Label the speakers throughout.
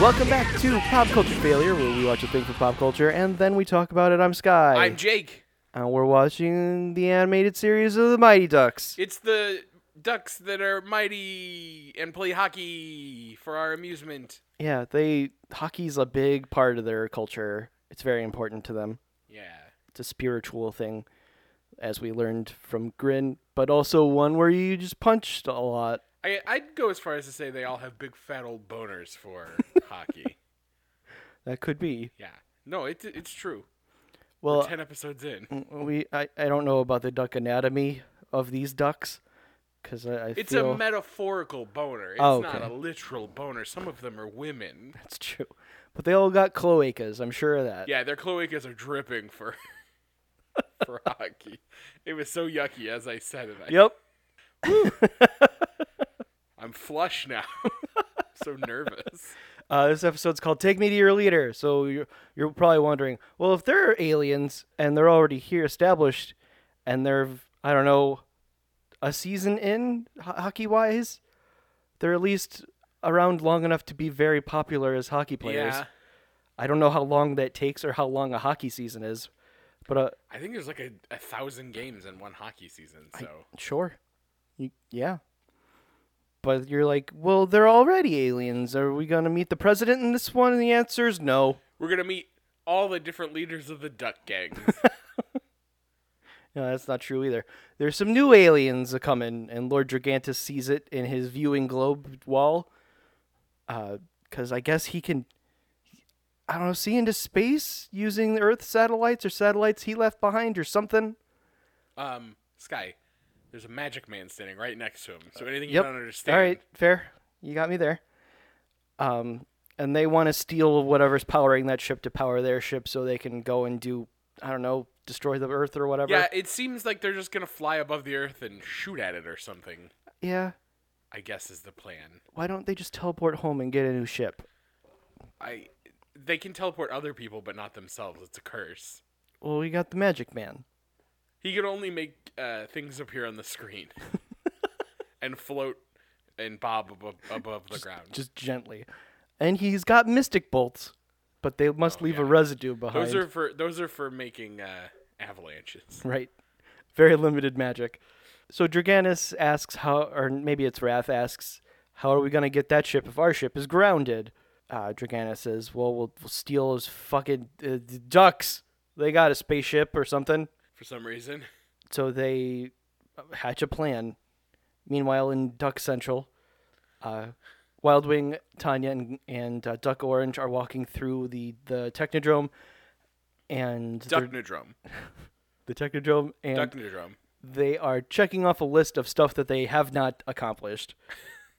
Speaker 1: Welcome back to Pop Culture Failure, where we watch a thing for pop culture and then we talk about it. I'm Sky.
Speaker 2: I'm Jake.
Speaker 1: and we're watching the animated series of the Mighty Ducks.
Speaker 2: It's the ducks that are mighty and play hockey for our amusement.
Speaker 1: Yeah, they hockey's a big part of their culture. It's very important to them.
Speaker 2: Yeah.
Speaker 1: It's a spiritual thing, as we learned from Grin, but also one where you just punched a lot.
Speaker 2: I, I'd go as far as to say they all have big fat old boners for hockey.
Speaker 1: That could be.
Speaker 2: Yeah. No, it, it's true.
Speaker 1: Well, mm,
Speaker 2: Ten episodes in.
Speaker 1: we I, I don't know about the duck anatomy of these ducks, because I, I
Speaker 2: It's
Speaker 1: feel
Speaker 2: a metaphorical boner. It's
Speaker 1: Oh,
Speaker 2: not
Speaker 1: okay.
Speaker 2: a literal boner. Some of them are women.
Speaker 1: that's true. But they all got cloacas. I'm sure of that.
Speaker 2: Yeah, their cloacas are dripping for for hockey. It was so yucky as I said it. I,
Speaker 1: Yep.
Speaker 2: I'm flush now. so nervous.
Speaker 1: Uh, this episode's called "Take Me to Your Leader." So you're you're probably wondering, well, if they're aliens and they're already here established, and they're I don't know, a season in hockey wise, they're at least around long enough to be very popular as hockey players.
Speaker 2: Yeah.
Speaker 1: I don't know how long that takes or how long a hockey season is, but uh,
Speaker 2: I think there's like a, a thousand games in one hockey season. So
Speaker 1: sure, you, yeah. But you're like, well, they're already aliens. Are we gonna meet the president in this one? And the answer is no.
Speaker 2: we're gonna meet all the different leaders of the Duck Gang.
Speaker 1: No, that's not true either. There's some new aliens a coming, and Lord Dragantis sees it in his viewing globe wall. Because I guess he can, I don't know, see into space using the Earth satellites or satellites he left behind or something.
Speaker 2: um, Sky, there's a magic man standing right next to him. So anything you
Speaker 1: Uh, Yep.
Speaker 2: don't
Speaker 1: All
Speaker 2: understand,
Speaker 1: right, fair. You got me there. Um, and they want to steal whatever's powering that ship to power their ship so they can go and do, I don't know, destroy the Earth or whatever.
Speaker 2: Yeah, it seems like they're just gonna fly above the earth and shoot at it or something.
Speaker 1: Yeah.
Speaker 2: I guess is the plan.
Speaker 1: Why don't they just teleport home and get a new ship?
Speaker 2: I they can teleport other people, but not themselves. It's a curse.
Speaker 1: Well, we got the Magic Man.
Speaker 2: He could only make uh, things appear on the screen and float and bob above, above the ground.
Speaker 1: just gently. And he's got mystic bolts, but they must leave a residue behind.
Speaker 2: Oh, Those are for those are for making uh, avalanches.
Speaker 1: right. Very limited magic. So Draganis asks how, or maybe it's Wrath asks, how are we gonna get that ship if our ship is grounded? Uh, Draganis says, well, we'll, we'll steal those fucking uh, d- ducks. They got a spaceship or something.
Speaker 2: For some reason,
Speaker 1: So they uh, hatch a plan. Meanwhile, in Duck Central, uh, Wild Wing, Tanya, and, and uh, Duck Orange are walking through the, the Technodrome, and they're-
Speaker 2: Ducknodrome.
Speaker 1: the Technodrome, and
Speaker 2: Ducknodrome.
Speaker 1: they are checking off a list of stuff that they have not accomplished.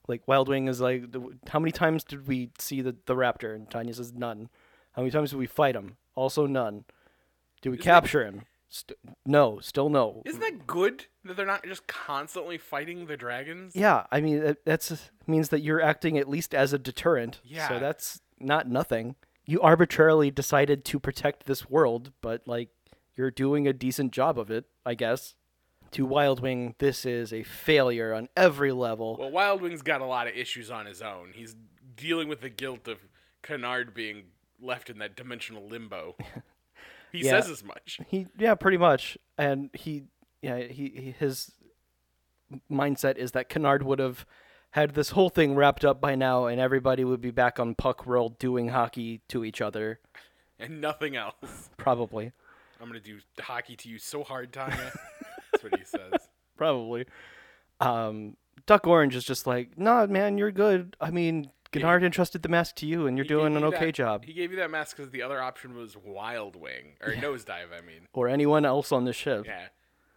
Speaker 1: like Wild Wing is like, "The- how many times did we see the, the raptor? And Tanya says none. How many times did we fight him? Also none. Do we capture him? St- no, still no.
Speaker 2: Isn't that good that they're not just constantly fighting the dragons?
Speaker 1: Yeah, I mean that that's means that you're acting at least as a deterrent. So
Speaker 2: Yeah.
Speaker 1: that's not nothing. You arbitrarily decided to protect this world, but like you're doing a decent job of it, I guess. To Wild Wing, this is a failure on every level.
Speaker 2: Well, Wild Wing's got a lot of issues on his own. He's dealing with the guilt of Kennard being left in that dimensional limbo. He
Speaker 1: Yeah.
Speaker 2: says as much.
Speaker 1: He yeah, pretty much. And he yeah, he, he his mindset is that Kennard would have had this whole thing wrapped up by now and everybody would be back on Puck World doing hockey to each other,
Speaker 2: and nothing else.
Speaker 1: probably.
Speaker 2: I'm gonna do hockey to you so hard, Tanya. That's what he says.
Speaker 1: probably. Um, Duck Orange is just like, nah, man, you're good. I mean, Gennard entrusted the mask to you, and you're
Speaker 2: He
Speaker 1: doing
Speaker 2: gave
Speaker 1: an
Speaker 2: you
Speaker 1: okay
Speaker 2: that-
Speaker 1: job.
Speaker 2: He gave you that mask because the other option was Wild Wing or Nosedive. I mean,
Speaker 1: Or anyone else on the ship.
Speaker 2: yeah.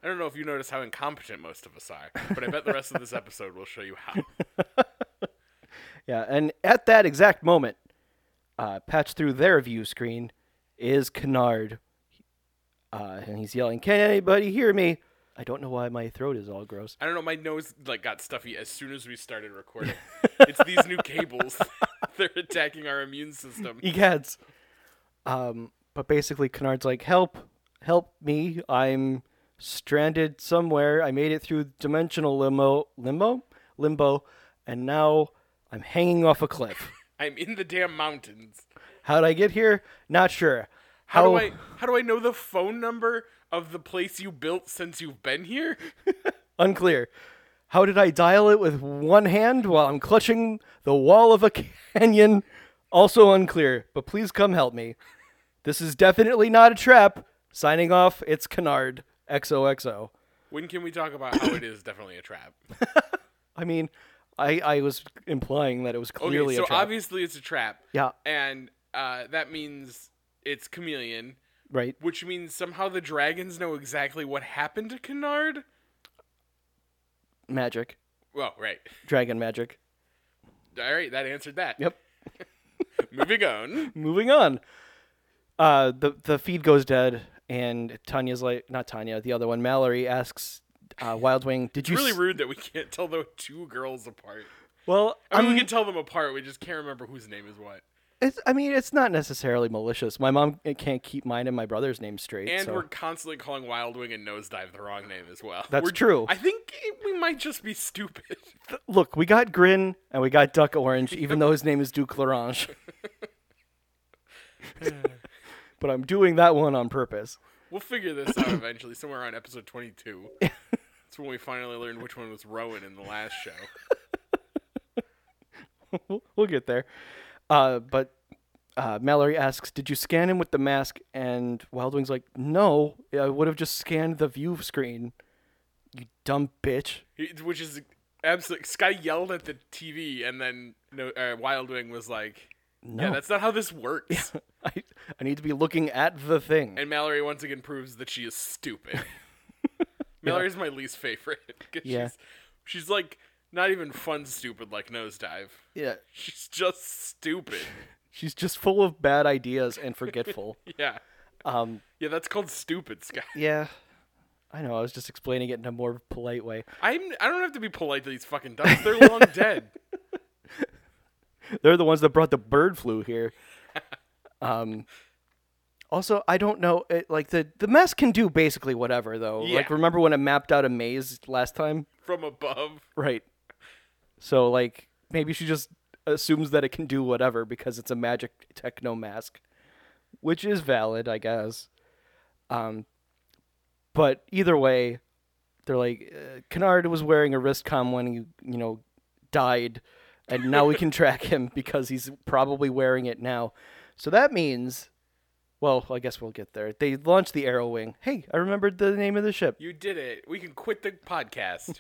Speaker 2: I don't know if you notice how incompetent most of us are, but I bet the rest of this episode will show you how.
Speaker 1: Yeah, and at that exact moment, uh, patched through their view screen is Kennard. Uh, and he's yelling, Can anybody hear me? I don't know why my throat is all gross.
Speaker 2: I don't know. My nose like got stuffy as soon as we started recording. it's these new cables. They're attacking our immune system.
Speaker 1: Egads. Um, but basically, Kennard's like, help, help me. I'm stranded somewhere. I made it through dimensional limo, limo, limbo, and now I'm hanging off a cliff.
Speaker 2: I'm in the damn mountains.
Speaker 1: How'd I get here? Not sure.
Speaker 2: How do I how do I know the phone number of the place you built since you've been here?
Speaker 1: Unclear. How did I dial it with one hand while I'm clutching the wall of a canyon? Also unclear, but please come help me. This is definitely not a trap. Signing off, it's Kennard. XOXO.
Speaker 2: When can we talk about how it is definitely a trap?
Speaker 1: I mean, I, I was implying that it was
Speaker 2: Okay,
Speaker 1: clearly
Speaker 2: so
Speaker 1: a trap.
Speaker 2: obviously it's a trap.
Speaker 1: yeah,
Speaker 2: And uh, that means it's chameleon,
Speaker 1: right.
Speaker 2: which means somehow the dragons know exactly what happened to Kennard.
Speaker 1: Magic.
Speaker 2: Well, right.
Speaker 1: Dragon magic.
Speaker 2: All right, that answered that.
Speaker 1: Yep.
Speaker 2: Moving on.
Speaker 1: Moving on. Uh, the the feed goes dead, and Tanya's like, not Tanya, the other one, Mallory asks uh, Wildwing, "Did you
Speaker 2: Really
Speaker 1: s-
Speaker 2: rude that we can't tell the two girls apart.
Speaker 1: well?"
Speaker 2: I mean,
Speaker 1: I'm-
Speaker 2: we can tell them apart. We just can't remember whose name is what.
Speaker 1: It's, I mean, it's not necessarily malicious. My mom eh, can't keep mine and my brother's name straight.
Speaker 2: And
Speaker 1: so.
Speaker 2: we're constantly calling Wildwing and Nosedive the wrong name as well.
Speaker 1: That's
Speaker 2: We're-
Speaker 1: true.
Speaker 2: I think it- we might just be stupid.
Speaker 1: Look, we got Grin and we got Duck Orange, even though his name is Duke L'Orange. but I'm doing that one on purpose.
Speaker 2: We'll figure this out eventually, somewhere around episode 22. That's when we finally learned which one was Rowan in the last show.
Speaker 1: We'll- we'll get there. Uh, but uh, Mallory asks, "Did you scan him with the mask?" And Wildwing's like, "No, I would have just scanned the view screen. You dumb bitch."
Speaker 2: He- Which is absolute. Sky yelled at the TV, and then no, uh, Wildwing was like,
Speaker 1: No,
Speaker 2: Yeah, that's not how this works.
Speaker 1: I, I need to be looking at the thing.
Speaker 2: And Mallory once again proves that she is stupid. Mallory's my least favorite. 'cause
Speaker 1: Yeah.
Speaker 2: She's, she's like not even fun stupid like Nosedive.
Speaker 1: yeah,
Speaker 2: She's just stupid.
Speaker 1: she's just full of bad ideas and forgetful.
Speaker 2: Yeah.
Speaker 1: um,
Speaker 2: Yeah, that's called stupid, Sky.
Speaker 1: yeah, I know. I was just explaining it in a more polite way.
Speaker 2: I'm I don't have to be polite to these fucking ducks. They're long dead.
Speaker 1: They're the ones that brought the bird flu here. Um, also, I don't know. It, like the the mask can do basically whatever though.
Speaker 2: Yeah.
Speaker 1: Like remember when it mapped out a maze last time?
Speaker 2: From above.
Speaker 1: Right. So like maybe she just assumes that it can do whatever because it's a magic techno mask, which is valid, I guess. Um, but either way, they're like uh, Kennard was wearing a wrist com when he you know died, and now we can track him because he's probably wearing it now. So that means. Well, I guess we'll get there. They launched the Arrow Wing. Hey, I remembered the name of the ship.
Speaker 2: You did it. We can quit the podcast.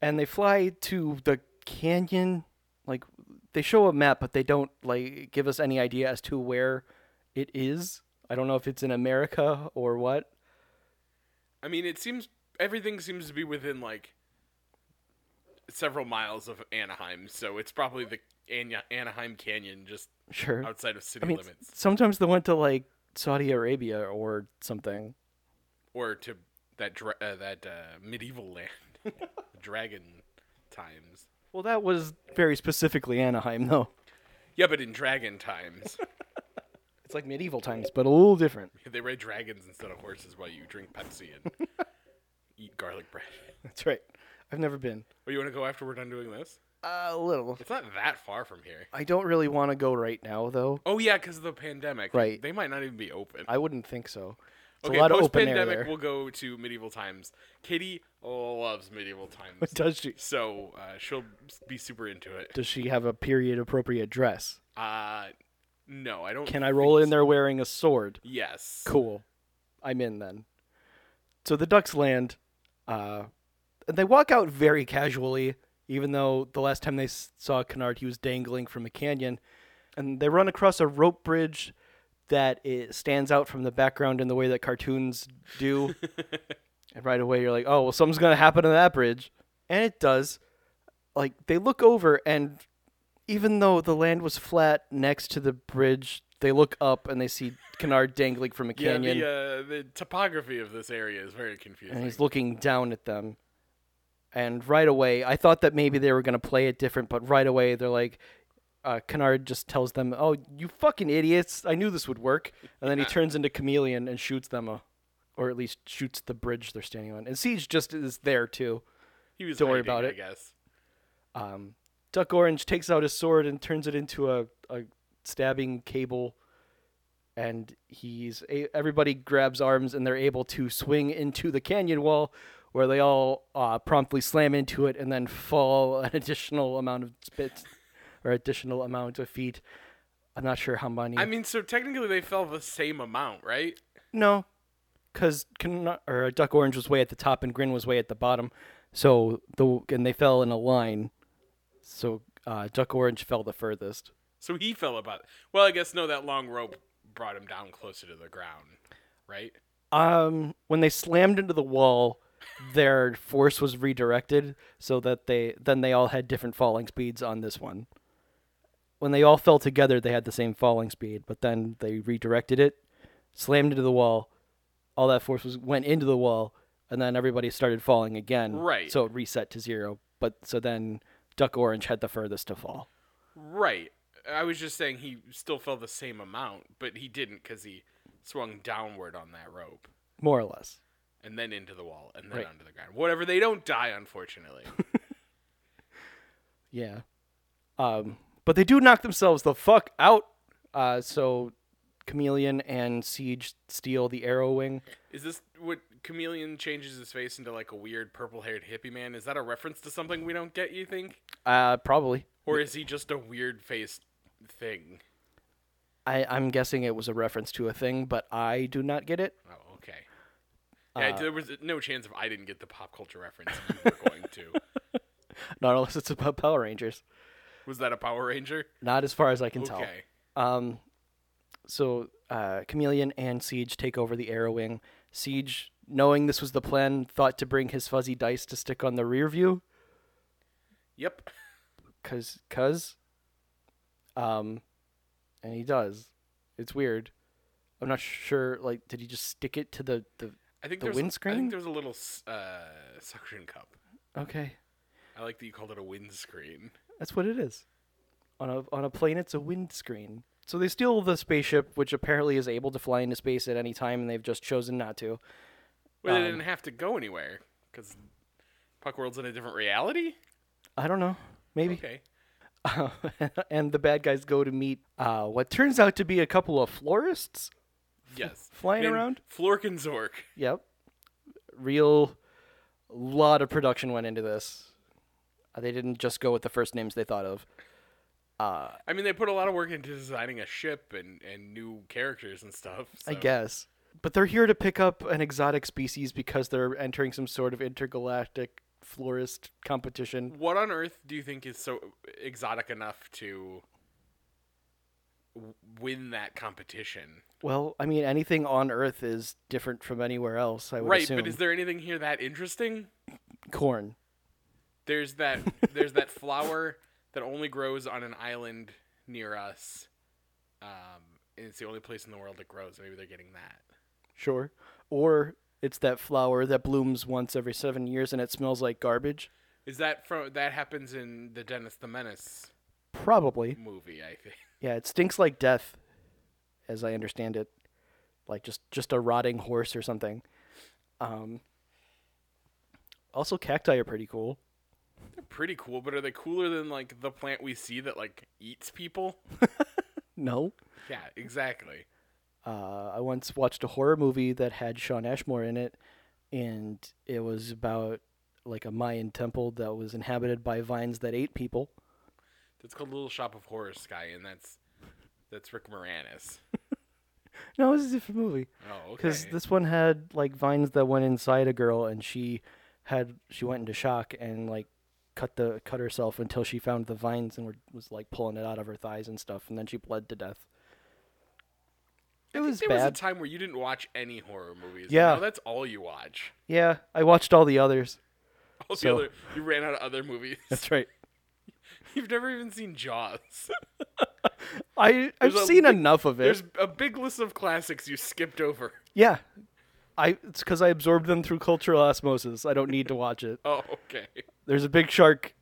Speaker 1: and they fly to the canyon. Like they show a map, but they don't like give us any idea as to where it is. I don't know if it's in America or what.
Speaker 2: I mean, it seems everything seems to be within like several miles of Anaheim, so it's probably the Ana- Anaheim Canyon just
Speaker 1: Sure.
Speaker 2: outside of city
Speaker 1: I mean,
Speaker 2: limits.
Speaker 1: sometimes they went to like Saudi Arabia or something.
Speaker 2: or to that dra- uh, that uh, medieval land, dragon times.
Speaker 1: Well, that was very specifically Anaheim, though.
Speaker 2: Yeah, but in dragon times,
Speaker 1: It's like medieval times, but a little different.
Speaker 2: they ride dragons instead of horses while you drink Pepsi and eat garlic bread.
Speaker 1: That's right. I've never been.
Speaker 2: Oh, you want to go after we're done doing this?
Speaker 1: a little.
Speaker 2: It's not that far from here.
Speaker 1: I don't really want to go right now, though.
Speaker 2: Oh yeah, because of the pandemic.
Speaker 1: Right.
Speaker 2: They might not even be open.
Speaker 1: I wouldn't think so. It's
Speaker 2: okay,
Speaker 1: a lot of
Speaker 2: post
Speaker 1: open air
Speaker 2: pandemic,
Speaker 1: there.
Speaker 2: we'll go to medieval times. Katie loves medieval times,
Speaker 1: Does she?
Speaker 2: so uh, she'll be super into it.
Speaker 1: Does she have a period appropriate dress?
Speaker 2: Uh, no, I don't.
Speaker 1: Can I roll in there wearing a sword?
Speaker 2: Yes.
Speaker 1: Cool. I'm in then. So the ducks land. Uh, and they walk out very casually, even though the last time they s- saw Kennard, he was dangling from a canyon. And they run across a rope bridge that it stands out from the background in the way that cartoons do. and right away, you're like, oh, well, something's going to happen to that bridge. And it does. Like, they look over, and even though the land was flat next to the bridge, they look up and they see Kennard dangling from a
Speaker 2: Yeah,
Speaker 1: canyon
Speaker 2: the uh, the topography of this area is very confusing.
Speaker 1: and he's looking down at them. And right away, I thought that maybe they were gonna play it different, but right away they're like, uh, Kennard just tells them, "Oh, you fucking idiots! I knew this would work." And then he turns into Chameleon and shoots them, uh, or at least shoots the bridge they're standing on. And Siege just is there too.
Speaker 2: he was
Speaker 1: don't worry
Speaker 2: hiding,
Speaker 1: about
Speaker 2: I
Speaker 1: it.
Speaker 2: guess.
Speaker 1: Um, Duck Orange takes out his sword and turns it into a, a stabbing cable, and he's a, everybody grabs arms and they're able to swing into the canyon wall, where they all uh, promptly slam into it and then fall an additional amount of spits or additional amount of feet. I'm not sure how many.
Speaker 2: I mean, so technically they fell the same amount, right?
Speaker 1: No, because or Duck Orange was way at the top and Grin was way at the bottom, so the and they fell in a line, so uh, Duck Orange fell the furthest.
Speaker 2: So he fell about. Well, I guess no, that long rope brought him down closer to the ground, right?
Speaker 1: Um, when they slammed into the wall, their force was redirected so that they then they all had different falling speeds on this one. When they all fell together, they had the same falling speed, but then they redirected it, slammed into the wall, all that force was went into the wall, and then everybody started falling again.
Speaker 2: Right.
Speaker 1: So it reset to zero. But so then Duck Orange had the furthest to fall.
Speaker 2: Right. I was just saying he still fell the same amount, but he didn't because he swung downward on that rope
Speaker 1: More or less.
Speaker 2: and then into the wall and then
Speaker 1: Right.
Speaker 2: onto the ground. Whatever. They don't die, unfortunately.
Speaker 1: Yeah. Um, but they do knock themselves the fuck out. Uh, so Chameleon and Siege steal the arrow wing.
Speaker 2: Is this what Chameleon changes his face into like a weird purple haired hippie man? Is that a reference to something we don't get, you think?
Speaker 1: Uh, probably.
Speaker 2: Or is he just a weird faced thing?
Speaker 1: I, I'm guessing it was a reference to a thing, but I do not get it.
Speaker 2: Oh, okay. Yeah,
Speaker 1: Uh,
Speaker 2: there was no chance if I didn't get the pop culture reference you were going to.
Speaker 1: Not unless it's about Power Rangers.
Speaker 2: Was that a Power Ranger?
Speaker 1: Not as far as I can tell.
Speaker 2: Okay.
Speaker 1: Um, so uh, Chameleon and Siege take over the arrow wing. Siege, knowing this was the plan, thought to bring his fuzzy dice to stick on the rear view,
Speaker 2: Yep.
Speaker 1: cause, cause. Um, and he does. It's weird. I'm not sure. Like, did he just stick it to the the?
Speaker 2: I think
Speaker 1: The
Speaker 2: there's I
Speaker 1: windscreen?
Speaker 2: think there's a little s- uh, suction cup.
Speaker 1: Okay,
Speaker 2: I like that you called it a windscreen.
Speaker 1: that's what it is. On a on a plane, it's a windscreen. So they steal the spaceship, which apparently is able to fly into space at any time, and they've just chosen not to.
Speaker 2: Well,
Speaker 1: Um,
Speaker 2: they didn't have to go anywhere because Puck World's in a different reality.
Speaker 1: I don't know. Maybe.
Speaker 2: Okay.
Speaker 1: Uh, and the bad guys go to meet uh, what turns out to be a couple of florists.
Speaker 2: Yes.
Speaker 1: flying around?
Speaker 2: Flork and Zork.
Speaker 1: Yep. Real lot of production went into this. Uh, they didn't just go with the first names they thought of. Uh,
Speaker 2: I mean, they put a lot of work into designing a ship and, and new characters and stuff.
Speaker 1: I
Speaker 2: so-
Speaker 1: guess. But they're here to pick up an exotic species because they're entering some sort of intergalactic florist competition.
Speaker 2: What on earth do you think is so exotic enough to w- win that competition?
Speaker 1: Well, I mean, anything on Earth is different from anywhere else, I would
Speaker 2: Right,
Speaker 1: assume.
Speaker 2: but is there anything here that interesting?
Speaker 1: Corn.
Speaker 2: There's that there's that flower that only grows on an island near us. Um, and it's the only place in the world that grows. Maybe they're getting that.
Speaker 1: Sure. Or it's that flower that blooms once every seven years and it smells like garbage.
Speaker 2: Is that from that happens in the Dennis the Menace
Speaker 1: Probably.
Speaker 2: movie? I think.
Speaker 1: Yeah, it stinks like death, as I understand it. Like just just a rotting horse or something. Um, also, cacti are pretty cool.
Speaker 2: They're pretty cool, but are they cooler than like the plant we see that like eats people?
Speaker 1: No.
Speaker 2: Yeah, exactly.
Speaker 1: Uh, I once watched a horror movie that had Sean Ashmore in it, and it was about like a Mayan temple that was inhabited by vines that ate people.
Speaker 2: That's called Little Shop of Horrors, Sky, and that's that's Rick Moranis.
Speaker 1: No, this is a different movie.
Speaker 2: Oh, okay.
Speaker 1: because this one had like vines that went inside a girl and she had she went into shock and like cut the cut herself until she found the vines and were, was like pulling it out of her thighs and stuff and then she bled to death it was
Speaker 2: there
Speaker 1: bad
Speaker 2: was a time where you didn't watch any horror movies.
Speaker 1: Yeah.
Speaker 2: now that's all you watch.
Speaker 1: yeah i watched all the others
Speaker 2: All
Speaker 1: So-
Speaker 2: the other, you ran out of other movies.
Speaker 1: that's right
Speaker 2: You've never even seen Jaws.
Speaker 1: i i've
Speaker 2: There's a
Speaker 1: seen
Speaker 2: big-
Speaker 1: enough of it
Speaker 2: There's a big list of classics you skipped over.
Speaker 1: yeah i it's because i absorbed them through cultural osmosis i don't need to watch it
Speaker 2: Oh, okay.
Speaker 1: there's a big shark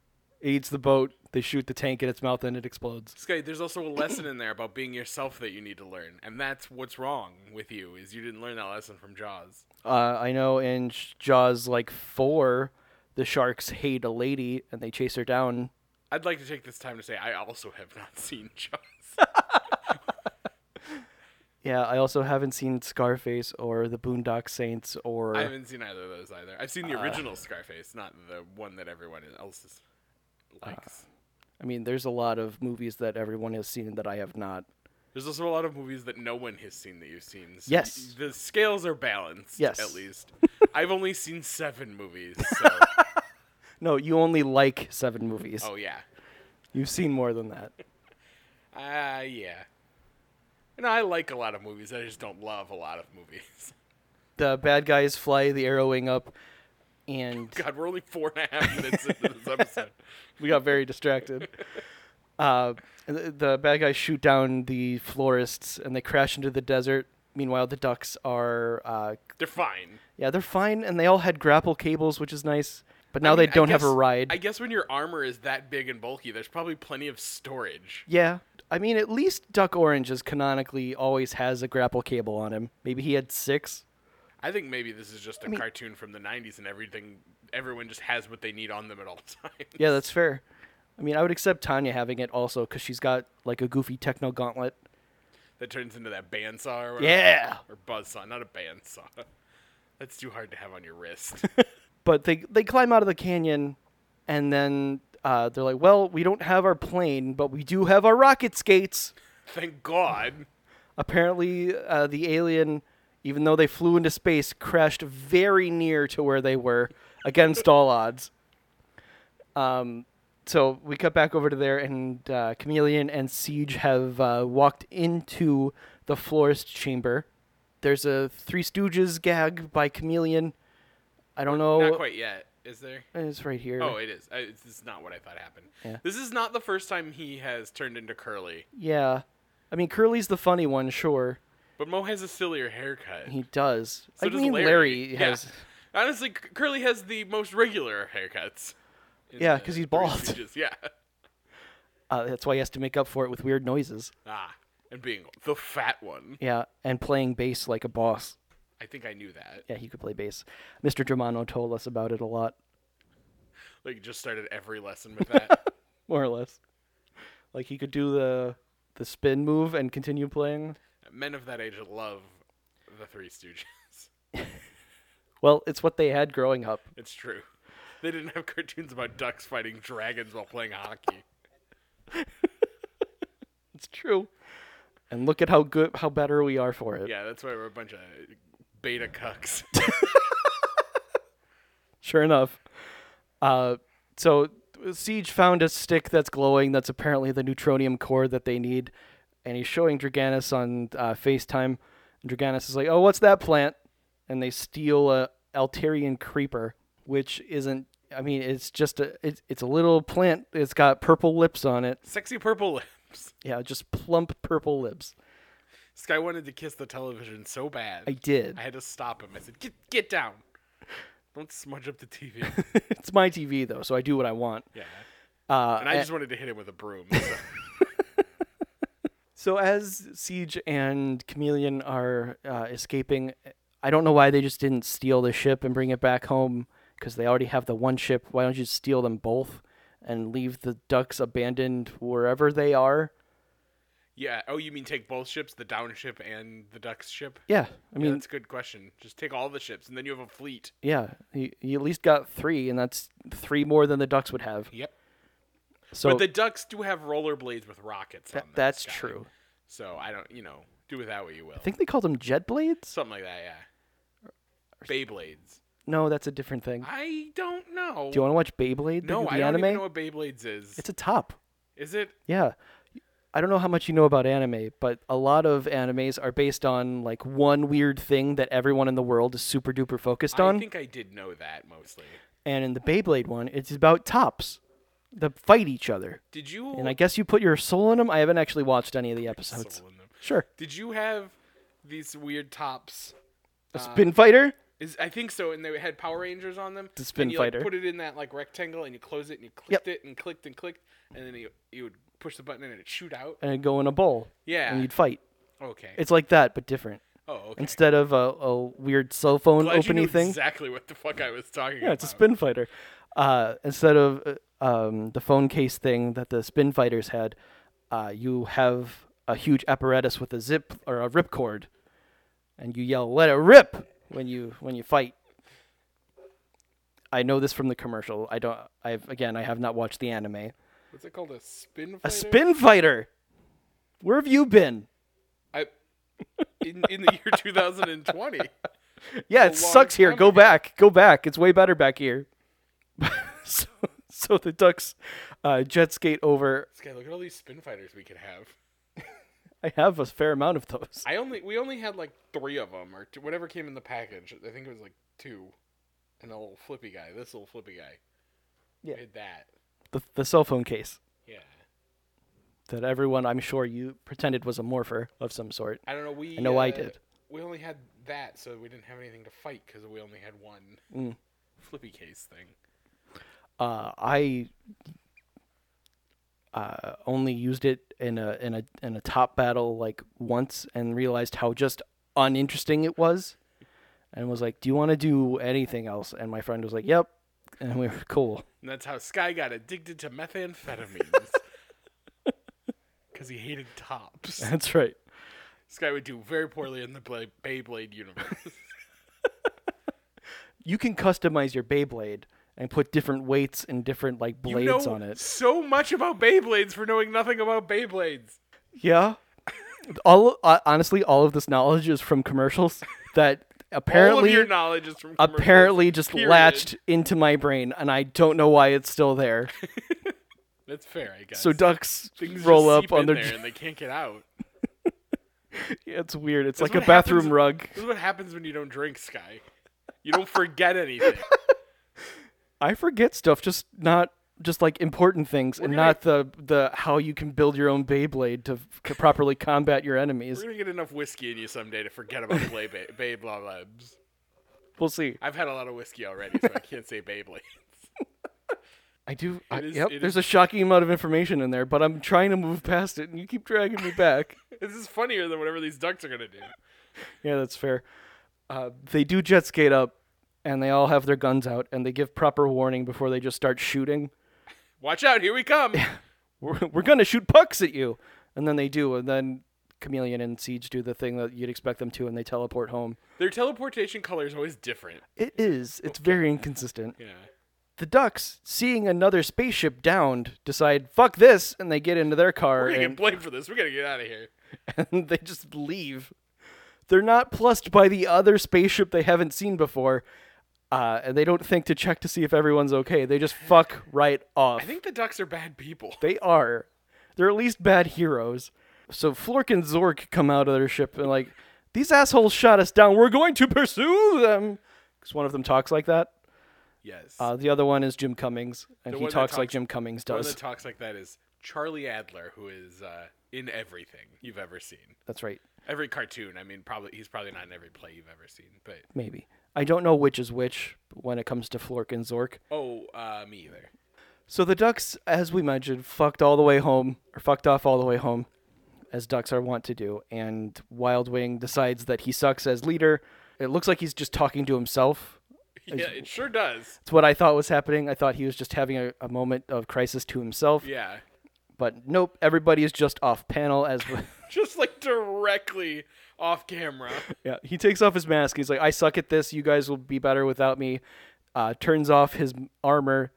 Speaker 1: it eats the boat they shoot the tank in its mouth and it explodes
Speaker 2: Sky, there's also a lesson in there about being yourself that you need to learn, and that's what's wrong with you is you didn't learn that lesson from Jaws.
Speaker 1: Uh, I know in Sh- Jaws like four, the sharks hate a lady and they chase her down
Speaker 2: I'd like to take this time to say I also have not seen Jaws.
Speaker 1: Yeah, I also haven't seen Scarface or The Boondock Saints or
Speaker 2: I haven't seen either of those either. I've seen the
Speaker 1: Uh.
Speaker 2: original Scarface, not the one that everyone else is,
Speaker 1: Uh.
Speaker 2: likes.
Speaker 1: I mean, there's a lot of movies that everyone has seen that I have not.
Speaker 2: There's also a lot of movies that no one has seen that you've seen. So
Speaker 1: Yes.
Speaker 2: The scales are balanced,
Speaker 1: Yes.
Speaker 2: at least. I've only seen seven movies, so.
Speaker 1: No, you only like seven movies.
Speaker 2: oh, yeah.
Speaker 1: You've seen more than that.
Speaker 2: Ah, yeah. And I like a lot of movies. I just don't love a lot of movies.
Speaker 1: The bad guys fly the arrowing up, and
Speaker 2: God, we're only four and a half minutes into this episode.
Speaker 1: we got very distracted. Uh, the, the bad guys shoot down the florists, and they crash into the desert. Meanwhile, the ducks are, uh,
Speaker 2: They're fine.
Speaker 1: yeah, they're fine, and they all had grapple cables, which is nice. But now
Speaker 2: I mean,
Speaker 1: Oh, they
Speaker 2: I
Speaker 1: don't have a
Speaker 2: guess-
Speaker 1: ride.
Speaker 2: I guess when your armor is that big and bulky, there's probably plenty of storage.
Speaker 1: Yeah. I mean, at least Duck Orange is canonically always has a grapple cable on him. Maybe he had six.
Speaker 2: I think maybe this is just a
Speaker 1: mean-
Speaker 2: cartoon from the 90s and everything everyone just has what they need on them at all times.
Speaker 1: Yeah, that's fair. I mean, I would accept Tanya having it also because she's got like a goofy techno gauntlet.
Speaker 2: That turns into that bandsaw or whatever.
Speaker 1: Yeah.
Speaker 2: Or buzzsaw, not a bandsaw. That's too hard to have on your wrist.
Speaker 1: But they they climb out of the canyon, and then uh, they're like, "Well, we don't have our plane, but we do have our rocket skates."
Speaker 2: Thank God.
Speaker 1: Apparently, uh, the alien, even though they flew into space, crashed very near to where they were against all odds. Um, so we cut back over to there, and uh, Chameleon and Siege have uh, walked into the florist chamber. There's a Three Stooges gag by Chameleon. I don't know.
Speaker 2: Not quite yet, is there?
Speaker 1: It's right here.
Speaker 2: Oh, it is. I, it's, it's not what I thought happened.
Speaker 1: Yeah.
Speaker 2: This is not the first time he has turned into Curly,
Speaker 1: Yeah. I mean, Curly's the funny one, sure.
Speaker 2: but Mo has a sillier haircut.
Speaker 1: He does.
Speaker 2: So
Speaker 1: I
Speaker 2: does
Speaker 1: mean,
Speaker 2: Larry. Yeah.
Speaker 1: has.
Speaker 2: Honestly, C- Curly has the most regular haircuts. in
Speaker 1: Yeah,
Speaker 2: the
Speaker 1: 'cause he's
Speaker 2: Three
Speaker 1: bald.
Speaker 2: Stooges, Yeah.
Speaker 1: Uh, that's why he has to make up for it with weird noises.
Speaker 2: Ah, and being the fat one.
Speaker 1: Yeah, and playing bass like a boss.
Speaker 2: I think I knew that.
Speaker 1: Yeah, he could play bass. Mr. Germano told us about it a lot,
Speaker 2: Like, just started every lesson with that.
Speaker 1: more or less. Like he could do the the spin move and continue playing.
Speaker 2: Men of that age love the Three Stooges.
Speaker 1: Well, it's what they had growing up.
Speaker 2: It's true. They didn't have cartoons about ducks fighting dragons while playing hockey.
Speaker 1: It's true. And look at how good how better we are for it.
Speaker 2: Yeah, that's why we're a bunch of beta cucks.
Speaker 1: Sure enough. Uh so Siege found a stick that's glowing that's apparently the neutronium core that they need and he's showing Draganis on uh, FaceTime and Draganis is like, "Oh, what's that plant?" and they steal a Altarian creeper, which isn't. I mean, it's just a. It's, it's a little plant. It's got purple lips on it.
Speaker 2: Sexy purple lips.
Speaker 1: Yeah, just plump purple lips.
Speaker 2: This guy wanted to kiss the television so bad.
Speaker 1: I did.
Speaker 2: I had to stop him. I said, "Get get down! Don't smudge up the TV."
Speaker 1: it's my TV though, so I do what I want.
Speaker 2: yeah,
Speaker 1: Uh,
Speaker 2: and I just wanted to hit him with a broom. so.
Speaker 1: so as Siege and Chameleon are uh, escaping, I don't know why they just didn't steal the ship and bring it back home because they already have the one ship. Why don't you steal them both and leave the ducks abandoned wherever they are?
Speaker 2: yeah. Oh, you mean take both ships, the down ship and the ducks ship?
Speaker 1: Yeah, I
Speaker 2: Yeah,
Speaker 1: mean,
Speaker 2: that's a good question. Just take all the ships, and then you have a fleet.
Speaker 1: Yeah, he, he at least got three, and that's three more than the Ducks would have.
Speaker 2: Yep.
Speaker 1: So
Speaker 2: but the ducks do have rollerblades with rockets on them.
Speaker 1: that's
Speaker 2: Scott.
Speaker 1: true.
Speaker 2: So I don't, you know, do with that what you will.
Speaker 1: I think they called them jet blades.
Speaker 2: Something like that. Yeah. Beyblades.
Speaker 1: No, that's a different thing.
Speaker 2: I don't know.
Speaker 1: Do you want to watch Beyblade?
Speaker 2: no,
Speaker 1: the,
Speaker 2: I
Speaker 1: the
Speaker 2: don't
Speaker 1: anime.
Speaker 2: even know what Beyblades is.
Speaker 1: It's a top.
Speaker 2: Is it?
Speaker 1: Yeah, I don't know how much you know about anime, but a lot of animes are based on like one weird thing that everyone in the world is super duper focused
Speaker 2: I
Speaker 1: on.
Speaker 2: think I did know that mostly.
Speaker 1: And in the Beyblade one, it's about tops that fight each other.
Speaker 2: Did you?
Speaker 1: And I guess you put your soul in them. I haven't actually watched any of the episodes.
Speaker 2: Soul in them.
Speaker 1: Sure,
Speaker 2: Did you have these weird tops?
Speaker 1: a
Speaker 2: Uh,
Speaker 1: spin fighter.
Speaker 2: Is I think so, and they had Power Rangers on them.
Speaker 1: The Spin
Speaker 2: and you, like,
Speaker 1: Fighter.
Speaker 2: put it in that like rectangle, and you close it, and you clicked it, and clicked and clicked, and then you you would push the button, and it'd shoot out.
Speaker 1: and it'd go in a bowl.
Speaker 2: Yeah.
Speaker 1: And you'd fight.
Speaker 2: Okay.
Speaker 1: It's like that, but different.
Speaker 2: oh, okay.
Speaker 1: Instead of a, a weird cell phone
Speaker 2: Glad you
Speaker 1: opening
Speaker 2: knew
Speaker 1: thing,
Speaker 2: Exactly what the fuck I was talking
Speaker 1: yeah,
Speaker 2: about.
Speaker 1: it's a spin fighter. Uh, instead of uh, um, the phone case thing that the spin fighters had, uh, you have a huge apparatus with a zip or a rip cord, and you yell "Let it rip" when you when you fight. I know this from the commercial. I don't. I've again. I have not watched the anime.
Speaker 2: What's it called? A spin fighter?
Speaker 1: A spin fighter. Where have you been?
Speaker 2: I, in, in the year 2020.
Speaker 1: Yeah,
Speaker 2: a
Speaker 1: it
Speaker 2: long
Speaker 1: sucks here.
Speaker 2: time
Speaker 1: Go
Speaker 2: ago.
Speaker 1: back. Go back. It's way better back here. so, so the ducks uh, jet skate over.
Speaker 2: This guy, look at all these spin fighters we could have.
Speaker 1: I have a fair amount of those.
Speaker 2: I only we only had like three of them or two, whatever came in the package. I think it was like two, and a little flippy guy. This little flippy guy.
Speaker 1: Yeah.
Speaker 2: We had that.
Speaker 1: The, the cell phone case
Speaker 2: Yeah.
Speaker 1: that everyone, I'm sure, you pretended was a morpher of some sort.
Speaker 2: I don't know. We.
Speaker 1: I know I
Speaker 2: uh,
Speaker 1: did.
Speaker 2: We only had that, so we didn't have anything to fight because we only had one
Speaker 1: Mm.
Speaker 2: flippy case thing.
Speaker 1: Uh, I uh, only used it in a in a in a top battle like once and realized how just uninteresting it was, and was like, "Do you want to do anything else?" And my friend was like, "Yep," and we were cool.
Speaker 2: And that's how Sky got addicted to methamphetamines. Because he hated tops.
Speaker 1: That's right.
Speaker 2: Sky would do very poorly in the Bla- Beyblade universe.
Speaker 1: You can customize your Beyblade and put different weights and different like blades
Speaker 2: you know
Speaker 1: on it.
Speaker 2: so much about Beyblades for knowing nothing about Beyblades.
Speaker 1: Yeah. all uh, honestly, all of this knowledge is from commercials that apparently
Speaker 2: All of your knowledge is from commercials,
Speaker 1: apparently just
Speaker 2: period.
Speaker 1: latched into my brain and I don't know why it's still there.
Speaker 2: That's fair, I guess.
Speaker 1: So ducks
Speaker 2: Things just
Speaker 1: roll up
Speaker 2: seep
Speaker 1: on
Speaker 2: in
Speaker 1: their
Speaker 2: there and they can't get out.
Speaker 1: Yeah, it's weird. It's
Speaker 2: That's
Speaker 1: like a
Speaker 2: what happens-
Speaker 1: bathroom rug.
Speaker 2: This is what happens when you don't drink, Sky. You don't forget anything.
Speaker 1: I forget stuff just not just like important things and
Speaker 2: gonna-
Speaker 1: not the the how you can build your own Beyblade to, to properly combat your
Speaker 2: We're
Speaker 1: enemies.
Speaker 2: gonna get enough whiskey in you someday to forget about Blay Bay, Bay Blah Blabs.
Speaker 1: We'll see.
Speaker 2: I've had a lot of whiskey already, so I can't say Beyblade.
Speaker 1: I do. I,
Speaker 2: is-
Speaker 1: yep.
Speaker 2: it
Speaker 1: There's
Speaker 2: is-
Speaker 1: a shocking amount of information in there, but I'm trying to move past it, and you keep dragging me back.
Speaker 2: This is funnier than whatever these ducks are gonna do.
Speaker 1: yeah, that's fair. Uh, they do jet skate up, and they all have their guns out, and they give proper warning before they just start shooting.
Speaker 2: Watch out, here we come.
Speaker 1: We're, we're gonna shoot pucks at you, and then they do, and then Chameleon and Siege do the thing that you'd expect them to, and they teleport home.
Speaker 2: Their teleportation color is always different.
Speaker 1: It is. It's very inconsistent.
Speaker 2: Yeah.
Speaker 1: The ducks, seeing another spaceship downed, decide fuck this, and they get into their car
Speaker 2: We're gonna
Speaker 1: and
Speaker 2: get blamed for this. We gotta get out of here.
Speaker 1: and they just leave. They're not plussed by the other spaceship they haven't seen before, uh, and they don't think to check to see if everyone's okay. They just fuck right off.
Speaker 2: I think the ducks are bad people.
Speaker 1: they are. They're at least bad heroes. So Flork and Zork come out of their ship and like, these assholes shot us down. We're going to pursue them. Because one of them talks like that.
Speaker 2: Yes.
Speaker 1: Uh, the other one is Jim Cummings, and
Speaker 2: The
Speaker 1: he
Speaker 2: one that
Speaker 1: talks like
Speaker 2: talks-
Speaker 1: Jim Cummings
Speaker 2: one
Speaker 1: does.
Speaker 2: that talks like that is Charlie Adler, who is uh, in everything you've ever seen.
Speaker 1: That's right.
Speaker 2: Every cartoon. I mean, probably he's probably not in every play you've ever seen, but
Speaker 1: Maybe. I don't know which is which when it comes to Flork and Zork.
Speaker 2: oh, uh, me either.
Speaker 1: So the ducks, as we mentioned, fucked all the way home, or fucked off all the way home, as ducks are wont to do. And Wild Wing decides that he sucks as leader. It looks like he's just talking to himself.
Speaker 2: Yeah, it sure does.
Speaker 1: It's what I thought was happening. I thought he was just having a, a moment of crisis to himself.
Speaker 2: Yeah,
Speaker 1: But nope, everybody is just off panel. As
Speaker 2: just like directly off camera.
Speaker 1: yeah, he takes off his mask. He's like, "I suck at this. You guys will be better without me." Uh, turns off his armor,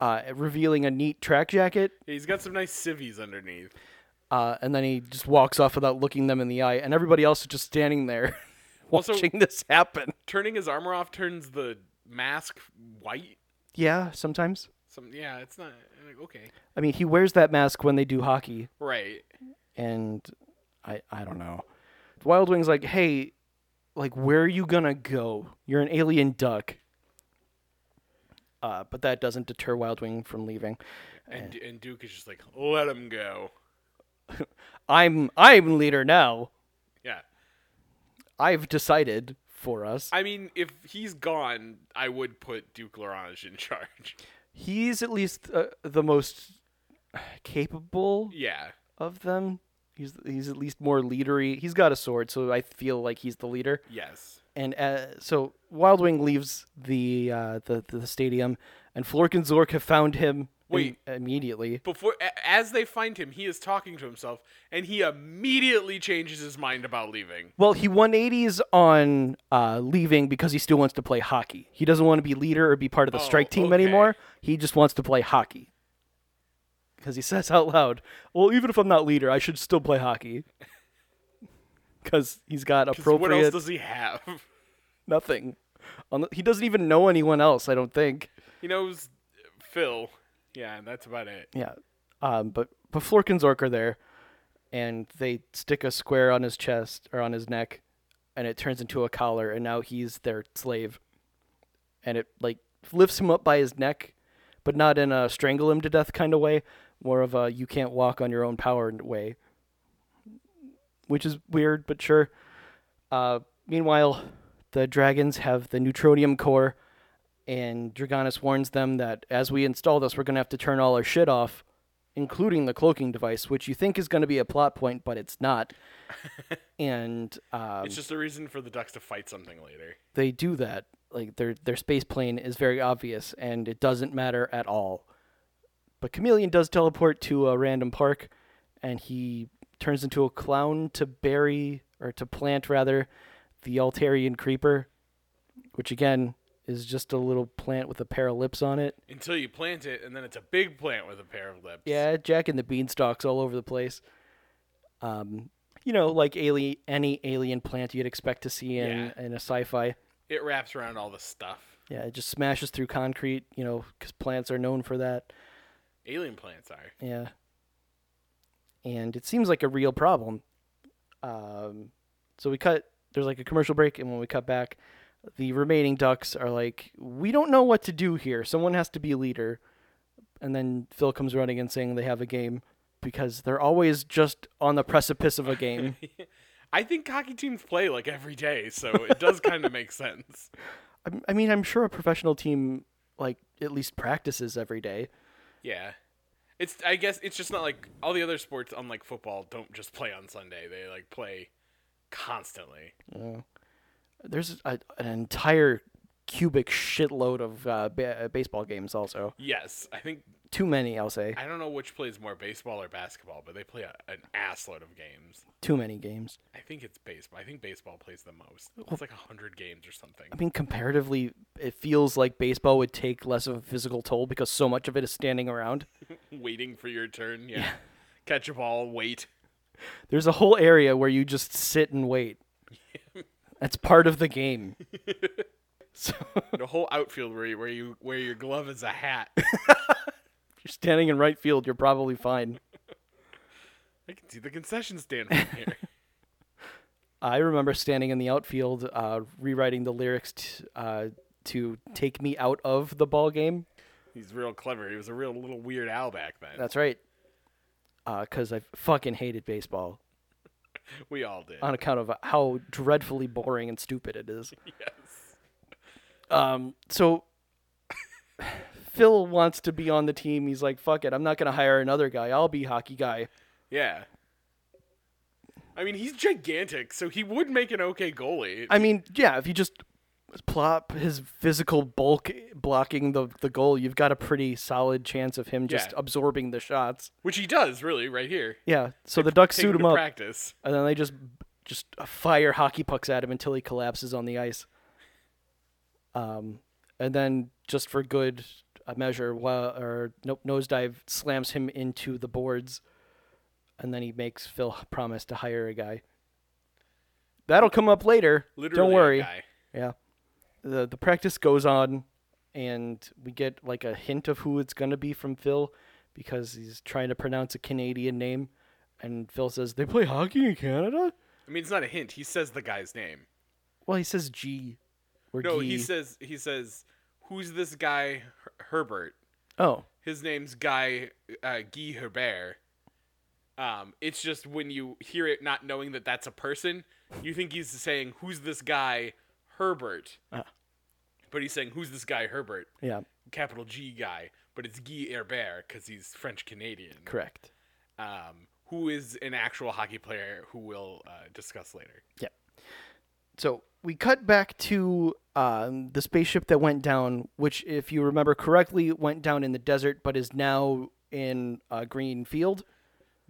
Speaker 1: uh, revealing a neat track jacket.
Speaker 2: He's got some nice civvies underneath.
Speaker 1: uh, and then he just walks off without looking them in the eye, and everybody else is just standing there
Speaker 2: Also-
Speaker 1: watching this happen.
Speaker 2: Turning his armor off turns the mask white.
Speaker 1: Yeah, sometimes.
Speaker 2: Some yeah, it's not like, okay.
Speaker 1: I mean, he wears that mask when they do hockey,
Speaker 2: Right.
Speaker 1: and I I don't know. Wild Wing's like, hey, like where are you gonna go? You're an alien duck. Uh, but that doesn't deter Wild Wing from leaving.
Speaker 2: And and Duke is just like, let him go.
Speaker 1: I'm I'm leader now.
Speaker 2: Yeah.
Speaker 1: I've decided for us.
Speaker 2: I mean, if he's gone, I would put Duke Larange in charge.
Speaker 1: He's at least uh, the most capable
Speaker 2: Yeah.
Speaker 1: of them. He's he's at least more leadery. He's got a sword, so I feel like he's the leader.
Speaker 2: Yes.
Speaker 1: And uh, so Wild Wing leaves the, uh, the the stadium, and Flork and Zork have found him
Speaker 2: Wait.
Speaker 1: im- immediately.
Speaker 2: Before a- as they find him, he is talking to himself and he immediately changes his mind about leaving.
Speaker 1: Well, he 180s on uh, leaving because he still wants to play hockey. He doesn't want to be leader or be part of the
Speaker 2: Oh,
Speaker 1: strike team
Speaker 2: okay.
Speaker 1: anymore. He just wants to play hockey. Because he says out loud, well, even if I'm not leader, I should still play hockey. Because he's got
Speaker 2: 'Cause What else
Speaker 1: appropriate
Speaker 2: does he have?
Speaker 1: nothing. On the- He doesn't even know anyone else, I don't think.
Speaker 2: He knows Phil. Yeah, and that's about it.
Speaker 1: Yeah. Um, but but Flork and Zork are there, and they stick a square on his chest or on his neck, and it turns into a collar, and now he's their slave. And it like lifts him up by his neck, but not in a strangle him to death kind of way, more of a you can't walk on your own power way, which is weird, but sure. Uh, meanwhile, the dragons have the neutronium core, and Dragonis warns them that as we install this, we're going to have to turn all our shit off, including the cloaking device, which you think is going to be a plot point, but it's not. and um,
Speaker 2: It's just a reason for the ducks to fight something later.
Speaker 1: they do that. Like their their space plane is very obvious, and it doesn't matter at all. But Chameleon does teleport to a random park, and he turns into a clown to bury or to plant rather the Altarian creeper, which again is just a little plant with a pair of lips on it.
Speaker 2: Until you plant it, and then it's a big plant with a pair of lips.
Speaker 1: Yeah, Jack and the Beanstalks all over the place. Um, you know, like alien, any alien plant you'd expect to see in, in a sci-fi.
Speaker 2: It wraps around all the stuff.
Speaker 1: Yeah, it just smashes through concrete, you know, 'cause plants are known for that.
Speaker 2: Alien plants are.
Speaker 1: Yeah. And it seems like a real problem. Um, so we cut, there's like a commercial break, and when we cut back, the remaining ducks are like, we don't know what to do here. Someone has to be leader. And then Phil comes running and saying they have a game because they're always just on the precipice of a game.
Speaker 2: I think hockey teams play like every day, so it does kind of make sense.
Speaker 1: I- I mean, I'm sure a professional team, like, at least practices every day.
Speaker 2: Yeah. It's I guess it's just not like all the other sports unlike football don't just play on Sunday. They like play constantly.
Speaker 1: There's a, an entire cubic shitload of uh, ba- uh, baseball games. Also,
Speaker 2: Yes, I think
Speaker 1: too many, I'll say.
Speaker 2: I don't know which plays more baseball or basketball, but they play a, an ass load of games.
Speaker 1: Too many games.
Speaker 2: I think it's baseball. I think baseball plays the most. It's like 100 games or something.
Speaker 1: I mean, comparatively, it feels like baseball would take less of a physical toll because so much of it is standing around.
Speaker 2: Waiting for your turn, yeah. Catch a ball, wait.
Speaker 1: There's a whole area where you just sit and wait. That's part of the game. so you're
Speaker 2: The whole outfield where you, where you where your glove is a hat.
Speaker 1: standing in right field, you're probably fine.
Speaker 2: I can see the concession stand from here.
Speaker 1: I remember standing in the outfield, uh, rewriting the lyrics t- uh, to "Take Me Out of the Ball Game."
Speaker 2: He's real clever. He was a real little weird owl back then.
Speaker 1: That's right. Because I fucking hated baseball
Speaker 2: we all did.
Speaker 1: on account of how dreadfully boring and stupid it is.
Speaker 2: yes.
Speaker 1: Um, so Phil wants to be on the team. He's like, fuck it. I'm not going to hire another guy. I'll be hockey guy.
Speaker 2: Yeah. I mean, he's gigantic, so he would make an okay goalie.
Speaker 1: I mean, yeah, if you just plop his physical bulk blocking the, the goal, you've got a pretty solid chance of him just
Speaker 2: Yeah.
Speaker 1: absorbing the shots.
Speaker 2: Which he does, really, right here.
Speaker 1: Yeah. So the Ducks
Speaker 2: Take
Speaker 1: suit him
Speaker 2: to
Speaker 1: up.
Speaker 2: practice.
Speaker 1: and then they just just fire hockey pucks at him until he collapses on the ice. Um, and then just for good uh, measure, wa- or nope, nosedive slams him into the boards, and then he makes Phil promise to hire a guy. That'll come up later.
Speaker 2: Literally,
Speaker 1: Don't worry.
Speaker 2: A guy.
Speaker 1: Yeah. The the practice goes on and we get like a hint of who it's gonna be from Phil because he's trying to pronounce a Canadian name and Phil says, They play hockey in Canada?
Speaker 2: I mean, it's not a hint. He says the guy's name.
Speaker 1: Well he says G or
Speaker 2: No,
Speaker 1: G.
Speaker 2: he says he says, "Who's this guy Her- Herbert?
Speaker 1: Oh.
Speaker 2: His name's Guy uh, Guy Herbert." Um, it's just when you hear it, not knowing that that's a person, you think he's saying, "Who's this guy Herbert?"
Speaker 1: Ah.
Speaker 2: But he's saying, "Who's this guy Herbert?"
Speaker 1: Yeah,
Speaker 2: capital G guy, but it's Guy Herbert because he's French Canadian.
Speaker 1: correct.
Speaker 2: Um, who is an actual hockey player who we'll uh, discuss later.
Speaker 1: So we cut back to um, the spaceship that went down, which, if you remember correctly, went down in the desert, but is now in a green field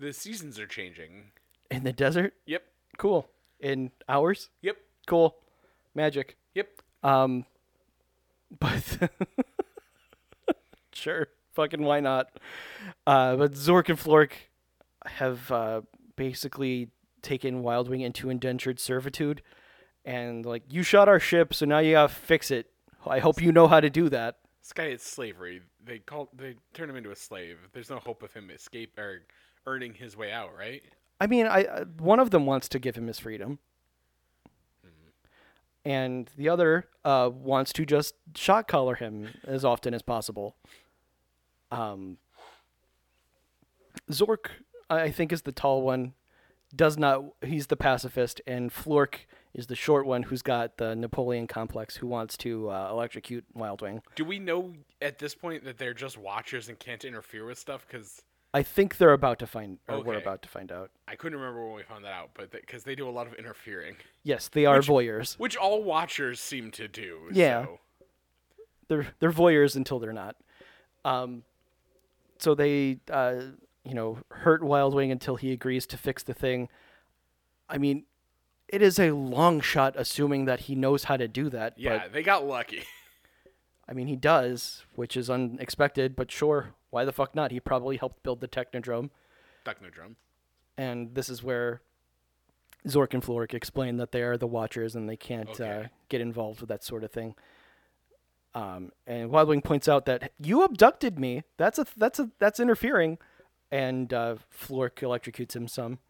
Speaker 2: The seasons are changing.
Speaker 1: in the desert.
Speaker 2: Yep.
Speaker 1: Cool. In hours.
Speaker 2: Yep.
Speaker 1: Cool. Magic.
Speaker 2: Yep.
Speaker 1: Um, but sure, fucking why not? Uh, but Zork and Flork have uh, basically taken Wildwing into indentured servitude, and like you shot our ship, so now you gotta fix it. I hope you know how to do that.
Speaker 2: This guy is slavery. They call they turn him into a slave. There's no hope of him escape or earning his way out, right?
Speaker 1: I mean, I I- one of them wants to give him his freedom,
Speaker 2: Mm-hmm.
Speaker 1: and the other uh, wants to just shot collar him as often as possible. Um, Zork, I I think, is the tall one. Does not he's the pacifist, and Flork is the short one who's got the Napoleon complex, who wants to uh, electrocute Wildwing.
Speaker 2: Do we know at this point that they're just watchers and can't interfere with stuff? Because
Speaker 1: I think they're about to find, or we're
Speaker 2: Okay.
Speaker 1: about to find out.
Speaker 2: I couldn't remember when we found that out, but because they do a lot of interfering,
Speaker 1: Yes, they are voyeurs.
Speaker 2: which all watchers seem to do.
Speaker 1: Yeah.
Speaker 2: so-
Speaker 1: they're they're voyeurs until they're not. Um, so they uh, you know hurt Wildwing until he agrees to fix the thing. I mean, it is a long shot assuming that he knows how to do that.
Speaker 2: yeah,
Speaker 1: But
Speaker 2: they got lucky.
Speaker 1: I mean, he does, which is unexpected. But sure, why the fuck not? He probably helped build the Technodrome,
Speaker 2: Duck no drum.
Speaker 1: and this is where. Zork and Flork explain that they are the Watchers and they can't uh,
Speaker 2: Okay.
Speaker 1: get involved with that sort of thing. Um, and Wildwing points out that you abducted me. That's a that's a that's interfering. And uh, Flork electrocutes him some.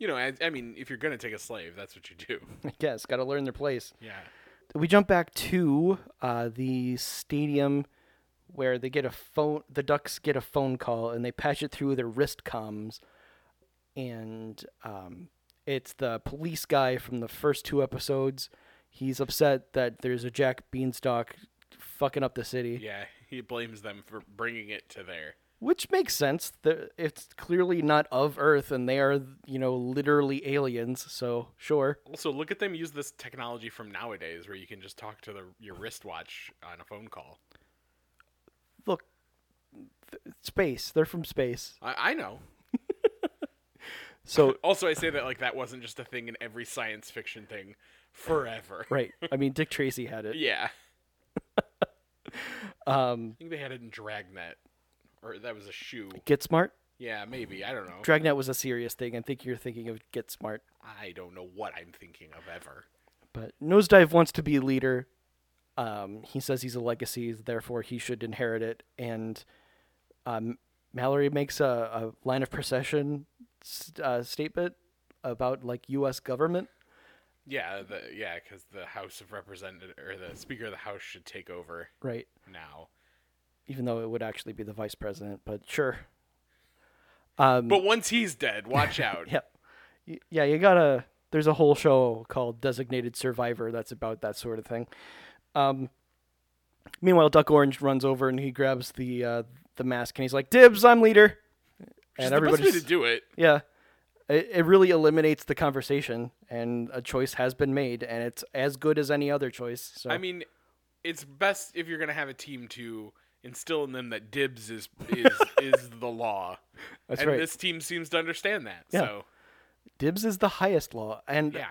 Speaker 2: You know, I, I mean, if you're gonna take a slave, that's what you do.
Speaker 1: I guess got to learn their place.
Speaker 2: Yeah.
Speaker 1: We jump back to uh, the stadium where they get a phone. The Ducks get a phone call and they patch it through their wrist comms. And um, it's the police guy from the first two episodes. He's upset that there's a Jack Beanstalk fucking up the city.
Speaker 2: Yeah, he blames them for bringing it to there.
Speaker 1: Which makes sense. The- It's clearly not of Earth, and they are, you know, literally aliens. So sure,
Speaker 2: Also, look at them use this technology from nowadays, where you can just talk to the, your wristwatch on a phone call.
Speaker 1: look, th- space. They're from space.
Speaker 2: I, I know.
Speaker 1: So
Speaker 2: Also, I say that like that wasn't just a thing in every science fiction thing forever.
Speaker 1: right. I mean, Dick Tracy had it.
Speaker 2: Yeah,
Speaker 1: Um,
Speaker 2: I think they had it in Dragnet, or that was a shoe.
Speaker 1: Get Smart.
Speaker 2: Yeah, maybe I don't know.
Speaker 1: Dragnet was a serious thing. I think you're thinking of Get Smart.
Speaker 2: I don't know what I'm thinking of ever.
Speaker 1: But Nosedive wants to be a leader. Um, he says he's a legacy, therefore he should inherit it. And um, Mallory makes a, a line of procession st- uh, statement about like U.S. government.
Speaker 2: Yeah, the, yeah, because the House of Representatives or the Speaker of the House should take over
Speaker 1: Right.
Speaker 2: now.
Speaker 1: Even though it would actually be the vice president, but sure. Um,
Speaker 2: But once he's dead, watch out.
Speaker 1: yeah. Y- Yeah, you gotta. There's a whole show called Designated Survivor that's about that sort of thing. Um, meanwhile, Duck Orange runs over and he grabs the uh, the mask and he's like, "Dibs, I'm leader."
Speaker 2: Which is
Speaker 1: and
Speaker 2: the best way
Speaker 1: everybody's
Speaker 2: to do it.
Speaker 1: yeah. It, it really eliminates the conversation, and a choice has been made, and it's as good as any other choice. So
Speaker 2: I mean, it's best if you're gonna have a team to instill in them that dibs is is is the law.
Speaker 1: that's
Speaker 2: and
Speaker 1: right.
Speaker 2: this team seems to understand that.
Speaker 1: Yeah.
Speaker 2: So
Speaker 1: Dibs is the highest law, and
Speaker 2: yeah.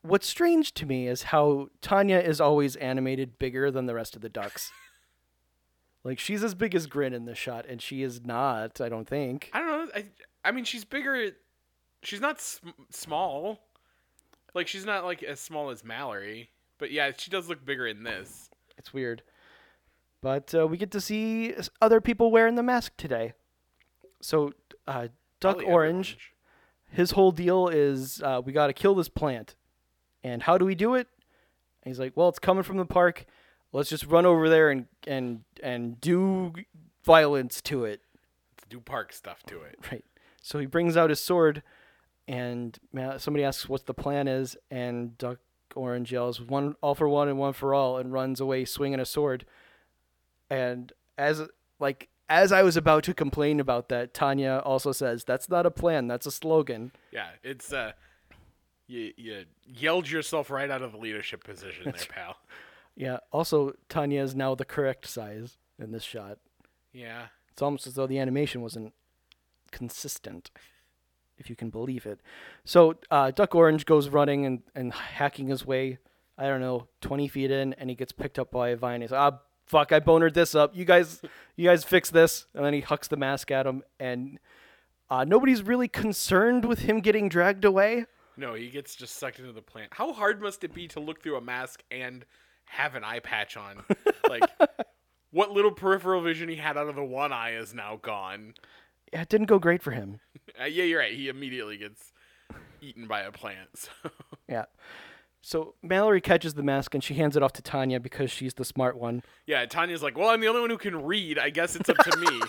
Speaker 1: what's strange to me is how Tanya is always animated bigger than the rest of the ducks. like she's as big as Grin in this shot, and she is not. I don't think.
Speaker 2: I don't know. I I mean, she's bigger. She's not sm- small. Like she's not like as small as Mallory, but yeah, she does look bigger in this.
Speaker 1: It's weird. But uh, we get to see s- other people wearing the mask today. So uh, Duck
Speaker 2: Probably
Speaker 1: Orange, his whole deal is uh, we got to kill this plant. And how do we do it? And he's like, well, it's coming from the park. Let's just run over there and and and do violence to it.
Speaker 2: everyone. Do park stuff to it.
Speaker 1: Right. So he brings out his sword, and Ma- somebody asks what the plan is, and Duck Orange yells, "One all for one and one for all," and runs away swinging a sword. And as like as I was about to complain about that, Tanya also says, "That's not a plan. That's a slogan."
Speaker 2: Yeah, it's uh, You, you yelled yourself right out of the leadership position there, pal.
Speaker 1: Yeah. Also, Tanya is now the correct size in this shot.
Speaker 2: Yeah.
Speaker 1: It's almost as though the animation wasn't consistent, if you can believe it. So uh, Duck Orange goes running and, and hacking his way, I don't know, 20 feet in, and he gets picked up by a vine. He's like, ah, fuck, I bonered this up. You guys, you guys fix this. And then he hucks the mask at him, and uh, nobody's really concerned with him getting dragged away.
Speaker 2: No, he gets just sucked into the plant. How hard must it be to look through a mask and have an eye patch on? like, what little peripheral vision he had out of the one eye is now gone.
Speaker 1: Yeah, It didn't go great for him.
Speaker 2: Uh, yeah, you're right. He immediately gets eaten by a plant. So.
Speaker 1: Yeah. So Mallory catches the mask and she hands it off to Tanya because she's the smart one.
Speaker 2: Yeah, Tanya's like, well, I'm the only one who can read. I guess it's up to me.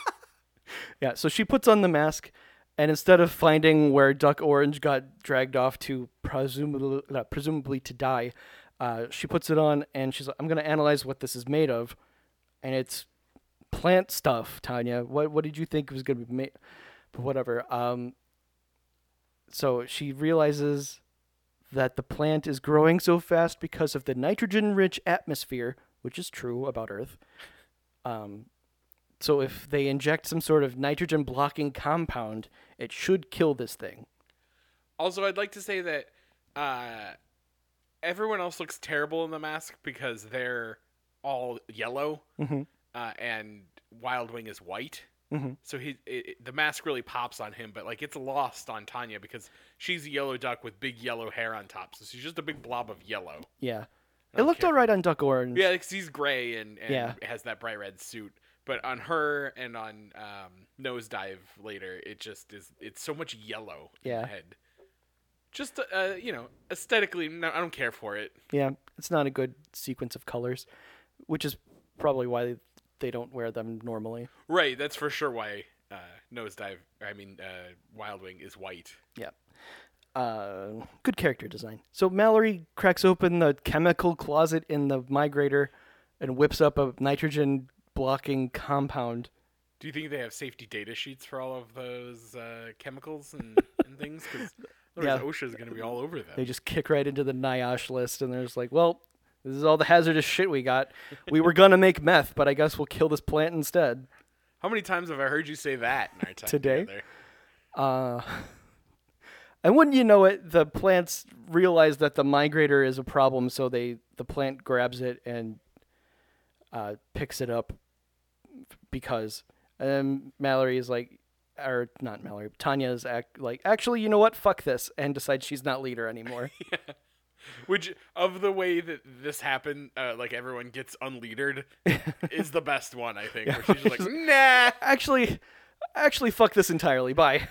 Speaker 1: Yeah, so she puts on the mask, and instead of finding where Duck Orange got dragged off to, presumably, uh, presumably to die, uh, she puts it on and she's like, I'm going to analyze what this is made of. And it's plant stuff, Tanya. What, what did you think was going to be made? But whatever. Um, so she realizes that the plant is growing so fast because of the nitrogen rich atmosphere, which is true about Earth. Um, so if they inject some sort of nitrogen blocking compound, it should kill this thing.
Speaker 2: also, I'd like to say that uh, everyone else looks terrible in the mask because they're all yellow
Speaker 1: Mhm.
Speaker 2: uh, and Wild Wing is white.
Speaker 1: Mhm.
Speaker 2: So he, it, it- the mask really pops on him, but like it's lost on Tanya because she's a yellow duck with big yellow hair on top. So she's just a big blob of yellow.
Speaker 1: Yeah. It looked all right on Duck Orange.
Speaker 2: Yeah, because he's gray and, and
Speaker 1: Yeah.
Speaker 2: has that bright red suit. But on her and on um, Nosedive later, it just is. It's so much yellow in
Speaker 1: Yeah.
Speaker 2: the head. Just uh, you know, aesthetically, no, I don't care for it.
Speaker 1: Yeah, It's not a good sequence of colors, which is probably why they don't wear them normally.
Speaker 2: Right, that's for sure why uh, Nosedive. I mean, uh, Wild Wing is white.
Speaker 1: Yeah. Uh, good character design. So Mallory cracks open the chemical closet in the migrator and whips up a nitrogen blocking compound.
Speaker 2: Do you think they have safety data sheets for all of those uh, chemicals and, and things? Because
Speaker 1: Yeah.
Speaker 2: OSHA's going to be all over them.
Speaker 1: They just kick right into the NIOSH list, and they're just like, well, this is all the hazardous shit we got. We were going to make meth, but I guess we'll kill this plant instead.
Speaker 2: How many times have I heard you say that in our time
Speaker 1: Today?
Speaker 2: together?
Speaker 1: And wouldn't you know it, the plants realize that the migrator is a problem, so they the plant grabs it and uh, picks it up because. And then Mallory is like, or not Mallory, Tanya is act, like, actually, you know what? Fuck this. And decides she's not leader anymore.
Speaker 2: Which of the way that this happened, uh, like everyone gets unleadered, is the best one I think. Where she's just like, nah.
Speaker 1: actually, actually, fuck this entirely. Bye.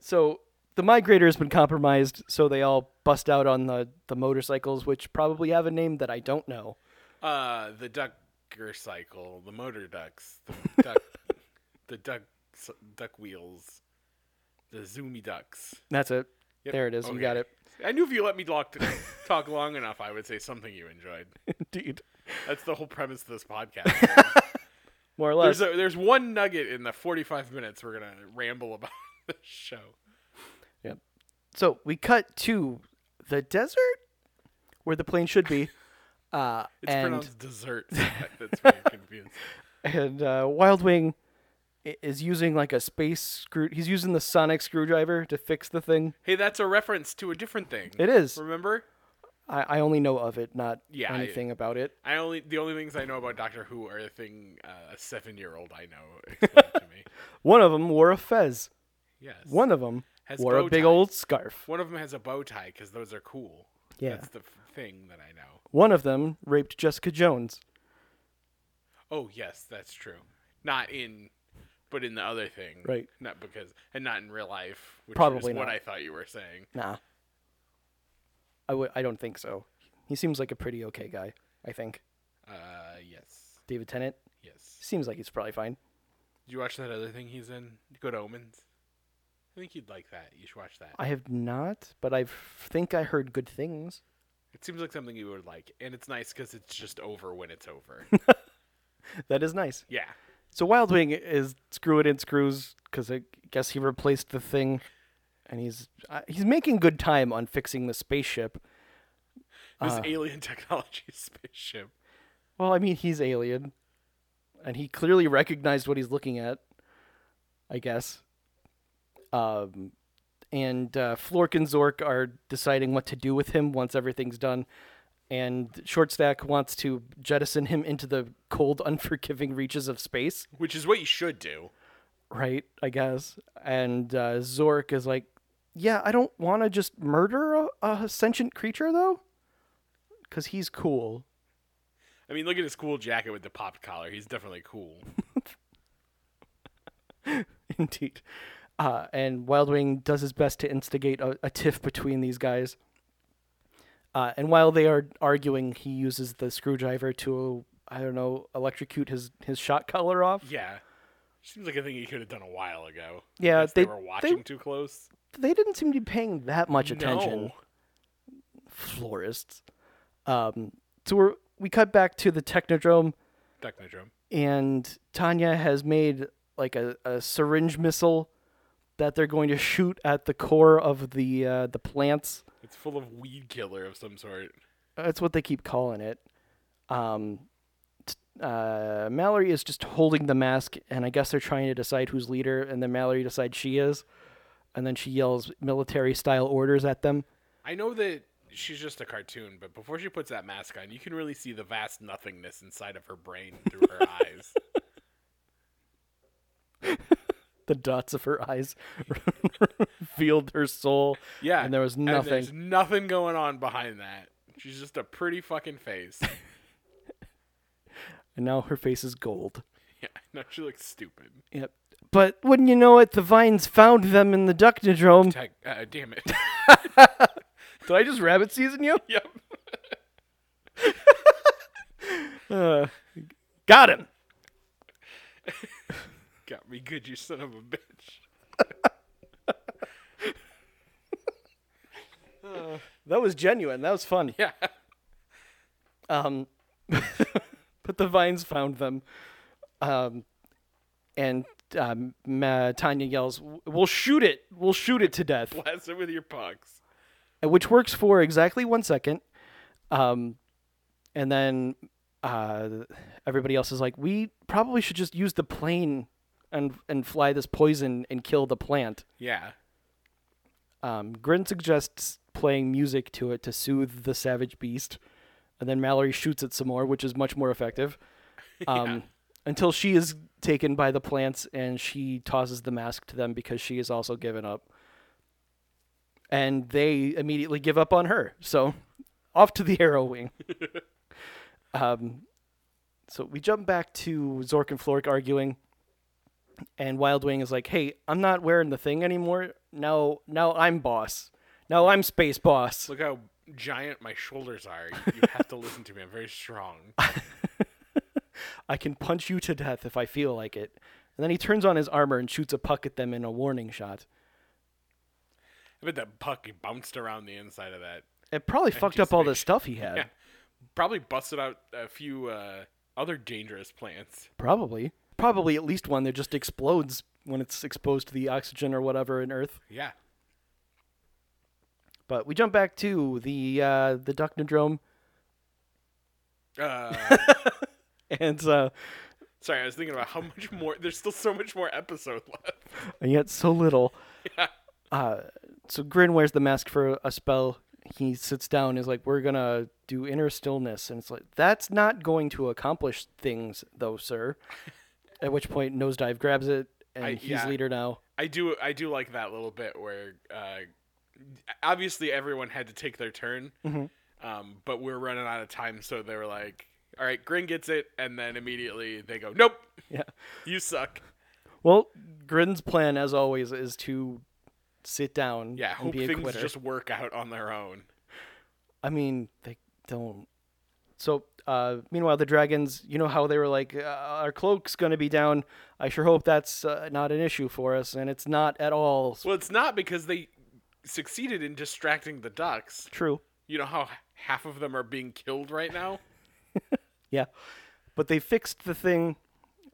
Speaker 1: so the migrator has been compromised, so they all bust out on the the motorcycles, which probably have a name that I don't know.
Speaker 2: Uh, the ducker cycle, the motor ducks, the duck, the duck, duck wheels, the zoomy ducks.
Speaker 1: That's it.
Speaker 2: Yep,
Speaker 1: There it is. You got
Speaker 2: okay.
Speaker 1: it,
Speaker 2: I knew if you let me talk talk long enough, I would say something you enjoyed.
Speaker 1: dude.
Speaker 2: That's the whole premise of this podcast.
Speaker 1: More or less.
Speaker 2: there's a, there's one nugget in the 45 minutes we're gonna ramble about the show.
Speaker 1: so we cut to the desert, where the plane should be. Uh,
Speaker 2: It's
Speaker 1: and
Speaker 2: pronounced dessert. That's very confusing.
Speaker 1: and uh, Wild Wing i- is using like a space screw. He's using the sonic screwdriver to fix the thing.
Speaker 2: Hey, that's a reference to a different thing.
Speaker 1: It is.
Speaker 2: Remember?
Speaker 1: I, I only know of it, not
Speaker 2: Yeah, I-
Speaker 1: anything about it.
Speaker 2: I only the only things I know about Doctor Who are a thing uh, a seven year old I know explained to me.
Speaker 1: One of them wore a fez.
Speaker 2: Yes.
Speaker 1: One of them
Speaker 2: Has
Speaker 1: wore a
Speaker 2: bow
Speaker 1: big
Speaker 2: tie.
Speaker 1: old scarf.
Speaker 2: One of them has a bow tie because those are cool.
Speaker 1: Yeah.
Speaker 2: That's the f- thing that I know.
Speaker 1: One of them raped Jessica Jones.
Speaker 2: Oh yes, that's true. Not in, but in the other thing.
Speaker 1: Right.
Speaker 2: Not because and not in real life. Which
Speaker 1: Probably
Speaker 2: is what
Speaker 1: not.
Speaker 2: I thought you were saying.
Speaker 1: Nah. I w- I don't think so. He seems like a pretty okay guy, I think.
Speaker 2: Uh yes,
Speaker 1: David Tennant
Speaker 2: yes.
Speaker 1: seems like he's probably fine.
Speaker 2: Did you watch that other thing he's in? Good Omens. I think you'd like that. You should watch that.
Speaker 1: I have not, but I think I heard good things.
Speaker 2: It seems like something you would like, and it's nice because it's just over when it's over.
Speaker 1: That is nice.
Speaker 2: yeah.
Speaker 1: So Wild Wing is screw it in screws because I guess he replaced the thing and he's uh, he's making good time on fixing the spaceship. Uh.
Speaker 2: This alien technology spaceship.
Speaker 1: Well, I mean, he's alien, and he clearly recognized what he's looking at. I guess. Um, and uh, Flork and Zork are deciding what to do with him once everything's done, and Shortstack wants to jettison him into the cold, unforgiving reaches of space.
Speaker 2: Which is what you should do.
Speaker 1: Right, I guess. And uh, Zork is like, yeah, I don't want to just murder a, a sentient creature though, because he's cool.
Speaker 2: I mean, look at his cool jacket with the popped collar. He's definitely cool.
Speaker 1: Indeed. Uh, and Wildwing does his best to instigate a, a tiff between these guys. Uh, and while they are arguing, he uses the screwdriver to, I don't know, electrocute his, his shot collar off.
Speaker 2: yeah. Seems like a thing he could have done a while ago.
Speaker 1: Yeah,
Speaker 2: Unless they,
Speaker 1: they-
Speaker 2: were
Speaker 1: they-
Speaker 2: watching too close.
Speaker 1: They didn't seem to be paying that much attention.
Speaker 2: No.
Speaker 1: Florists. Um, so we're, we cut back to the Technodrome,
Speaker 2: Technodrome.
Speaker 1: and Tanya has made like a, a syringe missile that they're going to shoot at the core of the uh, the plants.
Speaker 2: It's full of weed killer of some sort.
Speaker 1: That's what they keep calling it. Um, t- uh, Mallory is just holding the mask, and I guess they're trying to decide who's leader, and then Mallory decides she is, and then she yells military style orders at them.
Speaker 2: I know that she's just a cartoon, but before she puts that mask on, you can really see the vast nothingness inside of her brain through her eyes.
Speaker 1: The dots of her eyes revealed her soul.
Speaker 2: Yeah.
Speaker 1: And there was nothing.
Speaker 2: there's nothing going on behind that. She's just a pretty fucking face.
Speaker 1: and now her face is gold.
Speaker 2: yeah, I know she looks stupid.
Speaker 1: Yep. But wouldn't you know it, the vines found them in the Ductodrome.
Speaker 2: Tech, uh, damn it.
Speaker 1: Did I just rabbit season you?
Speaker 2: yep.
Speaker 1: Uh, got him.
Speaker 2: Got me good, you son of a bitch.
Speaker 1: That was genuine. That was fun.
Speaker 2: Yeah.
Speaker 1: Um, but the vines found them. Um, and um, Ma- Tanya yells, "We'll shoot it! We'll shoot it to death!"
Speaker 2: Blast her with your pucks.
Speaker 1: Which works for exactly one second. Um, and then uh, everybody else is like, "We probably should just use the plane and and fly this poison and kill the plant."
Speaker 2: Yeah.
Speaker 1: Um, Grin suggests playing music to it to soothe the savage beast, and then Mallory shoots it some more, which is much more effective. Um, Until she is taken by the plants and she tosses the mask to them because she is also given up. And they immediately give up on her. So off to the arrow wing. um, so we jump back to Zork and Flork arguing and Wildwing is like, "Hey, I'm not wearing the thing anymore. Now, now I'm boss. Now I'm space boss."
Speaker 2: Look how giant my shoulders are. You have to listen to me. I'm very strong.
Speaker 1: I can punch you to death if I feel like it. And then he turns on his armor and shoots a puck at them in a warning shot.
Speaker 2: I bet that puck bounced around the inside of that.
Speaker 1: It probably fucked up all the
Speaker 2: anticipation.
Speaker 1: stuff he had.
Speaker 2: Yeah. Probably busted out a few uh, other dangerous plants.
Speaker 1: Probably, probably at least one that just explodes when it's exposed to the oxygen or whatever in Earth.
Speaker 2: Yeah.
Speaker 1: But we jump back to the uh, the Ductodrome,
Speaker 2: Uh,
Speaker 1: and uh,
Speaker 2: sorry, I was thinking about how much more. There's still so much more episode left.
Speaker 1: and yet so little. Uh, so Grin wears the mask for a spell. He sits down. Is like, we're gonna do inner stillness, and it's like that's not going to accomplish things, though, sir. At which point, Nosedive grabs it, and
Speaker 2: I-
Speaker 1: he's
Speaker 2: yeah.
Speaker 1: leader now.
Speaker 2: I do. I do like that little bit where uh, obviously everyone had to take their turn,
Speaker 1: Mm-hmm.
Speaker 2: um, but we are running out of time, so they were like, "All right, Grin gets it," and then immediately they go, "Nope,
Speaker 1: Yeah.
Speaker 2: you suck."
Speaker 1: Well, Grin's plan, as always, is to sit down.
Speaker 2: Yeah,
Speaker 1: and
Speaker 2: hope
Speaker 1: be a
Speaker 2: things
Speaker 1: quitter.
Speaker 2: just work out on their own.
Speaker 1: I mean, they don't. So, uh, meanwhile, the dragons, you know how they were like, uh, our cloak's going to be down. I sure hope that's uh, not an issue for us. And it's not at all
Speaker 2: Well, it's not because they succeeded in distracting the ducks.
Speaker 1: true.
Speaker 2: You know how half of them are being killed right now.
Speaker 1: Yeah. But they fixed the thing.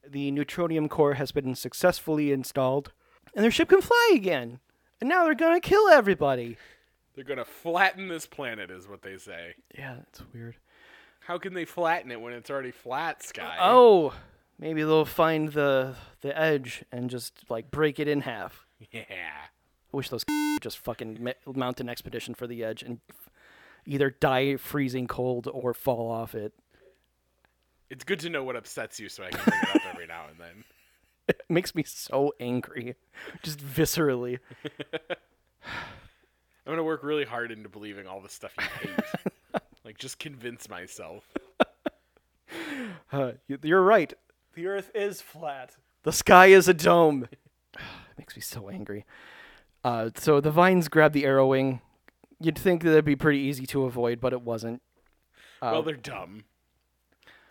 Speaker 1: The neutronium core has been successfully installed. And their ship can fly again. and now they're gonna kill everybody.
Speaker 2: They're gonna flatten this planet, is what they say.
Speaker 1: Yeah, that's weird.
Speaker 2: How can they flatten it when it's already flat, Sky?
Speaker 1: Oh, maybe they'll find the the edge and just like break it in half.
Speaker 2: yeah.
Speaker 1: I wish those would just fucking ma- mount an expedition for the edge and either die freezing cold or fall off it.
Speaker 2: It's good to know what upsets you, so I can bring it up every now and then.
Speaker 1: It makes me so angry, just viscerally.
Speaker 2: I'm gonna work really hard into believing all the stuff you hate. like, just convince myself.
Speaker 1: Uh, you- you're right.
Speaker 3: The Earth is flat.
Speaker 1: The sky is a dome. it makes me so angry. Uh, so the vines grab the arrow wing. You'd think that it'd be pretty easy to avoid, but it wasn't.
Speaker 2: well, they're dumb.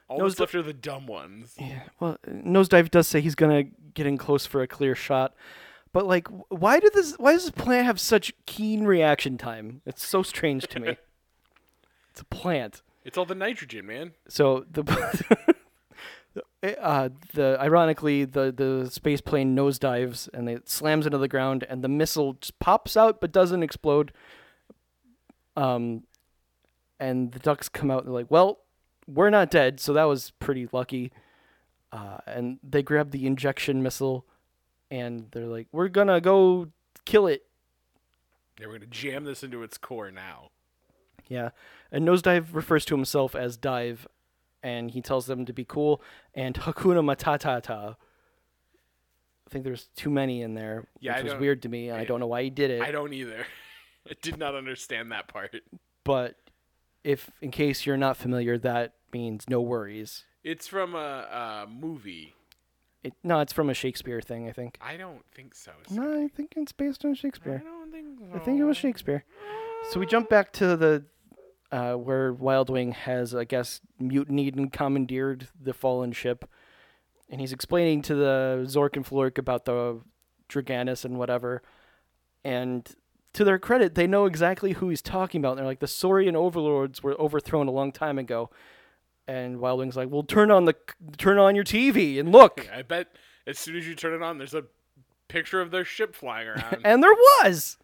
Speaker 2: All
Speaker 1: Uh, Those
Speaker 2: that's left are the dumb ones.
Speaker 1: Yeah. Well, Nosedive does say he's gonna get in close for a clear shot, but like, wh- why did this? Why does this plant have such keen reaction time? It's so strange to me. it's a plant.
Speaker 2: It's all the nitrogen, man.
Speaker 1: So the. Uh, the ironically the the space plane nosedives and it slams into the ground and the missile just pops out but doesn't explode. Um, and the ducks come out and they're like, "Well, we're not dead, so that was pretty lucky." Uh, and they grab the injection missile and they're like, "We're gonna go kill it."
Speaker 2: They were gonna jam this into its core now.
Speaker 1: Yeah. And Nosedive refers to himself as Dive, and he tells them to be cool and Hakuna Matata. I think there's too many in there,
Speaker 2: Yeah, I
Speaker 1: which was
Speaker 2: don't-
Speaker 1: weird to me, and I don't know why he did it.
Speaker 2: I don't either. I did not understand that part.
Speaker 1: But if, in case you're not familiar, that means no worries.
Speaker 2: It's from a, a movie.
Speaker 1: It, no, it's from a Shakespeare thing, I think.
Speaker 2: I don't think so.
Speaker 1: No, I think it's based on
Speaker 2: I
Speaker 1: Shakespeare.
Speaker 2: don't think so.
Speaker 1: I think it was Shakespeare. So we jump back to the uh, where Wild Wing has, I guess, mutinied and commandeered the fallen ship, and he's explaining to the Zork and Flork about the Draganis and whatever. And to their credit, they know exactly who he's talking about. And they're like, the Saurian overlords were overthrown a long time ago. And Wild Wing's like, well, turn on the turn on your TV and look.
Speaker 2: I bet as soon as you turn it on, there's a picture of their ship flying around.
Speaker 1: And there was.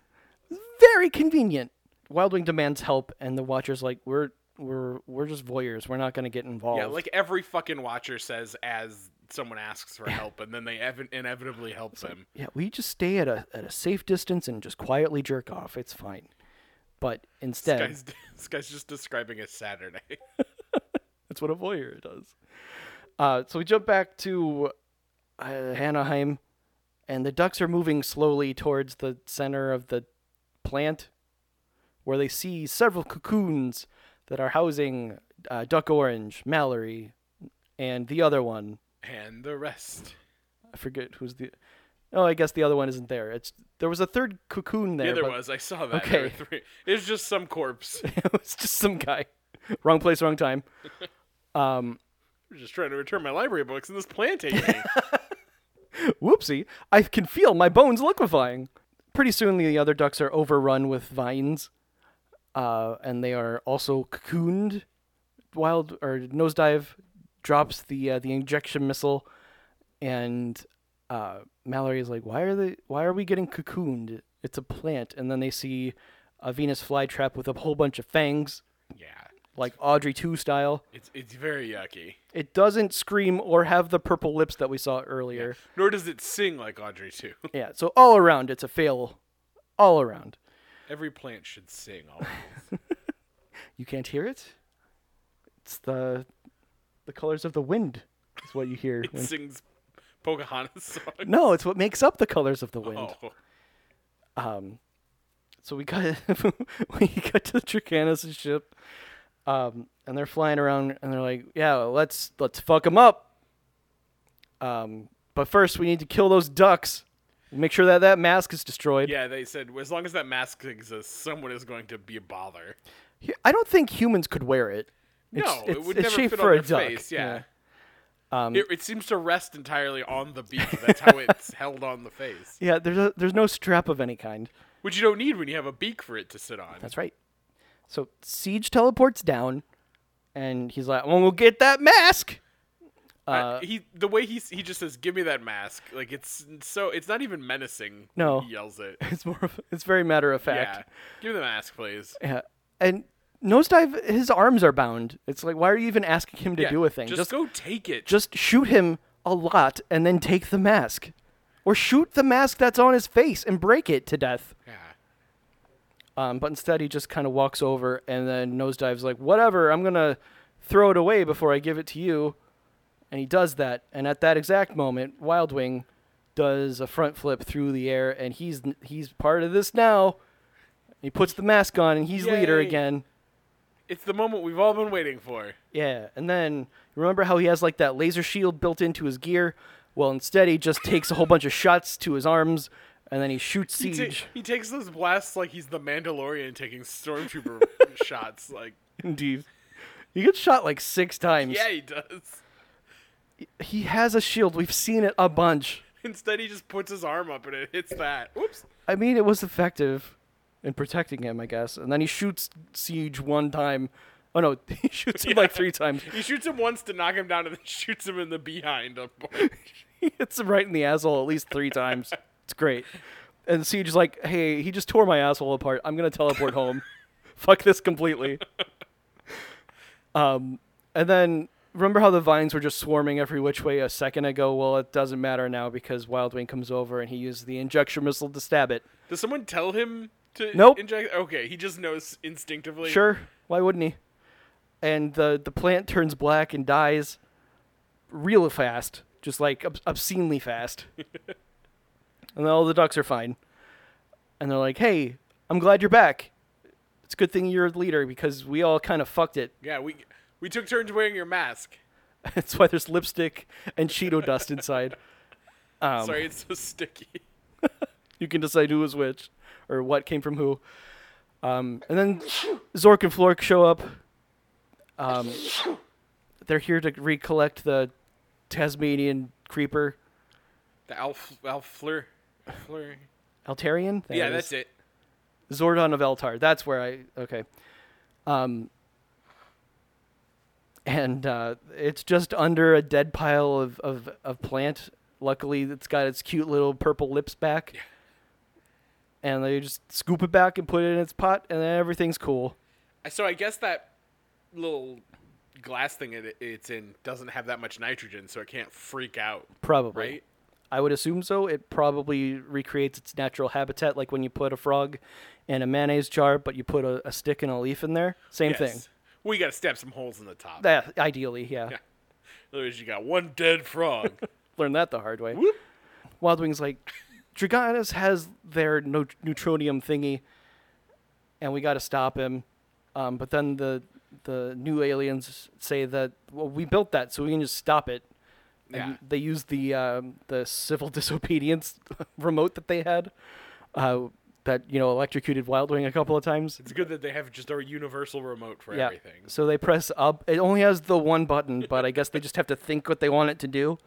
Speaker 1: Very convenient. Wildwing demands help and the watcher's like, We're we're we're just voyeurs. We're not gonna get involved.
Speaker 2: yeah, like every fucking watcher says as someone asks for help, and then they ev- inevitably help them.
Speaker 1: Yeah, we just stay at a at a safe distance and just quietly jerk off. It's fine. But
Speaker 2: This
Speaker 1: instead
Speaker 2: guy's, this guy's just describing a Saturday.
Speaker 1: That's what a voyeur does. Uh, so we jump back to uh, Hanaheim, and the ducks are moving slowly towards the center of the plant, where they see several cocoons that are housing uh, Duck Orange, Mallory, and the other one.
Speaker 2: and the rest.
Speaker 1: I forget who's the. Oh, I guess the other one isn't there. It's there was a third cocoon there.
Speaker 2: Yeah, there
Speaker 1: but
Speaker 2: was. I saw that. There were
Speaker 1: Okay.
Speaker 2: three. It was just some corpse.
Speaker 1: it was just some guy. wrong place, wrong time.
Speaker 2: I'm just trying to return my library books, and this plant ate me.
Speaker 1: Whoopsie, I can feel my bones liquefying. Pretty soon, the other ducks are overrun with vines, uh, and they are also cocooned. Wild or nosedive drops the uh, the injection missile, and uh, Mallory is like, "Why are they? Why are we getting cocooned? It's a plant." And then they see a Venus flytrap with a whole bunch of fangs,
Speaker 2: yeah,
Speaker 1: like Audrey Two style.
Speaker 2: it's it's very yucky.
Speaker 1: It doesn't scream or have the purple lips that we saw earlier.
Speaker 2: Nor does it sing like Audrey too.
Speaker 1: Yeah, so all around it's a fail. All around.
Speaker 2: Every plant should sing. All
Speaker 1: You can't hear it? It's the the colors of the wind is what you hear.
Speaker 2: it
Speaker 1: when-
Speaker 2: sings Pocahontas song.
Speaker 1: no, it's what makes up the colors of the wind.
Speaker 2: Oh,
Speaker 1: Um so we got we got to the Dracanis ship. Um and they're flying around and they're like, "Yeah, let's let's fuck them up." Um but first we need to kill those ducks. Make sure that that mask is destroyed.
Speaker 2: yeah. They said as long as that mask exists, someone is going to be a bother.
Speaker 1: I don't think humans could wear it. It's-
Speaker 2: no, it
Speaker 1: it's-
Speaker 2: would
Speaker 1: it's
Speaker 2: never
Speaker 1: shaped
Speaker 2: fit
Speaker 1: for
Speaker 2: on
Speaker 1: a
Speaker 2: their
Speaker 1: duck,
Speaker 2: face. Yeah.
Speaker 1: yeah.
Speaker 2: it, it seems to rest entirely on the beak. That's how it's held on the face,
Speaker 1: Yeah, there's a, there's no strap of any kind.
Speaker 2: which you don't need when you have a beak for it to sit on.
Speaker 1: That's right. So Siege teleports down, and he's like, "I'm gonna get that mask."
Speaker 2: Uh,
Speaker 1: Uh,
Speaker 2: he the way he s- he just says, "Give me that mask." Like it's so it's not even menacing. when
Speaker 1: No.
Speaker 2: he yells it.
Speaker 1: it's more. Of, it's very matter of
Speaker 2: Yeah,
Speaker 1: fact.
Speaker 2: give me the mask, please.
Speaker 1: Yeah. And Nosedive, his arms are bound. It's like, why are you even asking him to
Speaker 2: Yeah,
Speaker 1: do a thing?
Speaker 2: Just,
Speaker 1: Just
Speaker 2: go take it.
Speaker 1: just shoot him a lot and then take the mask, or shoot the mask that's on his face and break it to death.
Speaker 2: yeah.
Speaker 1: Um, but instead, he just kind of walks over and then nosedives like, whatever, I'm going to throw it away before I give it to you. And he does that. And at that exact moment, Wild Wing does a front flip through the air, and he's he's part of this now. He puts the mask on, and he's leader
Speaker 2: Yay.
Speaker 1: again.
Speaker 2: It's the moment we've all been waiting for.
Speaker 1: Yeah. And then remember how he has like that laser shield built into his gear? Well, instead, he just takes a whole bunch of shots to his arms, and then he shoots
Speaker 2: He, ta-
Speaker 1: Siege.
Speaker 2: he takes those blasts like he's the Mandalorian taking stormtrooper shots. Like,
Speaker 1: Indeed. He gets shot like six times.
Speaker 2: yeah, he does.
Speaker 1: He has a shield. We've seen it a bunch.
Speaker 2: Instead, he just puts his arm up and it hits that. Whoops.
Speaker 1: I mean, it was effective in protecting him, I guess. And then he shoots Siege one time. Oh no, he shoots him like
Speaker 2: Yeah.
Speaker 1: three times.
Speaker 2: He shoots him once to knock him down and then shoots him in the behind. up point.
Speaker 1: He hits him right in the asshole at least three times. It's great. And Siege is like, "Hey, he just tore my asshole apart. I'm gonna teleport home. Fuck this completely." Um, and then remember how the vines were just swarming every which way a second ago? Well, it doesn't matter now because Wild Wing comes over and he uses the injection missile to stab it.
Speaker 2: Does someone tell him to
Speaker 1: Nope.
Speaker 2: inject? Okay, he just knows instinctively.
Speaker 1: Sure, why wouldn't he? And the the plant turns black and dies, real fast, just like ob- obscenely fast. and then all the ducks are fine, and they're like, "Hey, I'm glad you're back. It's a good thing you're the leader because we all kind of fucked it.
Speaker 2: Yeah, we we took turns wearing your mask.
Speaker 1: That's why there's lipstick and Cheeto dust inside. Um,
Speaker 2: Sorry, it's so sticky.
Speaker 1: You can decide who was which or what came from who. Um, and then Zork and Flork show up. Um, they're here to recollect the Tasmanian creeper,
Speaker 2: The Alf Alf Fleur. Fleur.
Speaker 1: Altarian. There
Speaker 2: Yeah,
Speaker 1: it
Speaker 2: that's
Speaker 1: is.
Speaker 2: it.
Speaker 1: Zordon of Eltar. That's where I okay. Um, and uh, it's just under a dead pile of, of, of plant. Luckily, it's got its cute little purple lips back. And they just scoop it back and put it in its pot, and then everything's cool.
Speaker 2: So I guess that little glass thing it, it's in doesn't have that much nitrogen, so it can't freak out,
Speaker 1: Probably.
Speaker 2: right?
Speaker 1: I would assume so. It probably recreates its natural habitat, like when you put a frog in a mayonnaise jar, but you put a, a stick and a leaf in there. Same thing.
Speaker 2: Yes. We got to stab some holes in the top.
Speaker 1: That ideally, yeah.
Speaker 2: Yeah. Otherwise, you got one dead frog.
Speaker 1: Learned that the hard way. Wild Wing's like, Dragonis has their no- neutronium thingy, and we got to stop him. Um, but then the the new aliens say that well, we built that, so we can just stop it. And
Speaker 2: Yeah.
Speaker 1: they use the um, the civil disobedience remote that they had, uh, that you know electrocuted Wild Wing a couple of times.
Speaker 2: it's good that they have just a universal remote for
Speaker 1: Yeah.
Speaker 2: everything.
Speaker 1: So they press up. It only has the one button, but I guess they just have to think what they want it to do.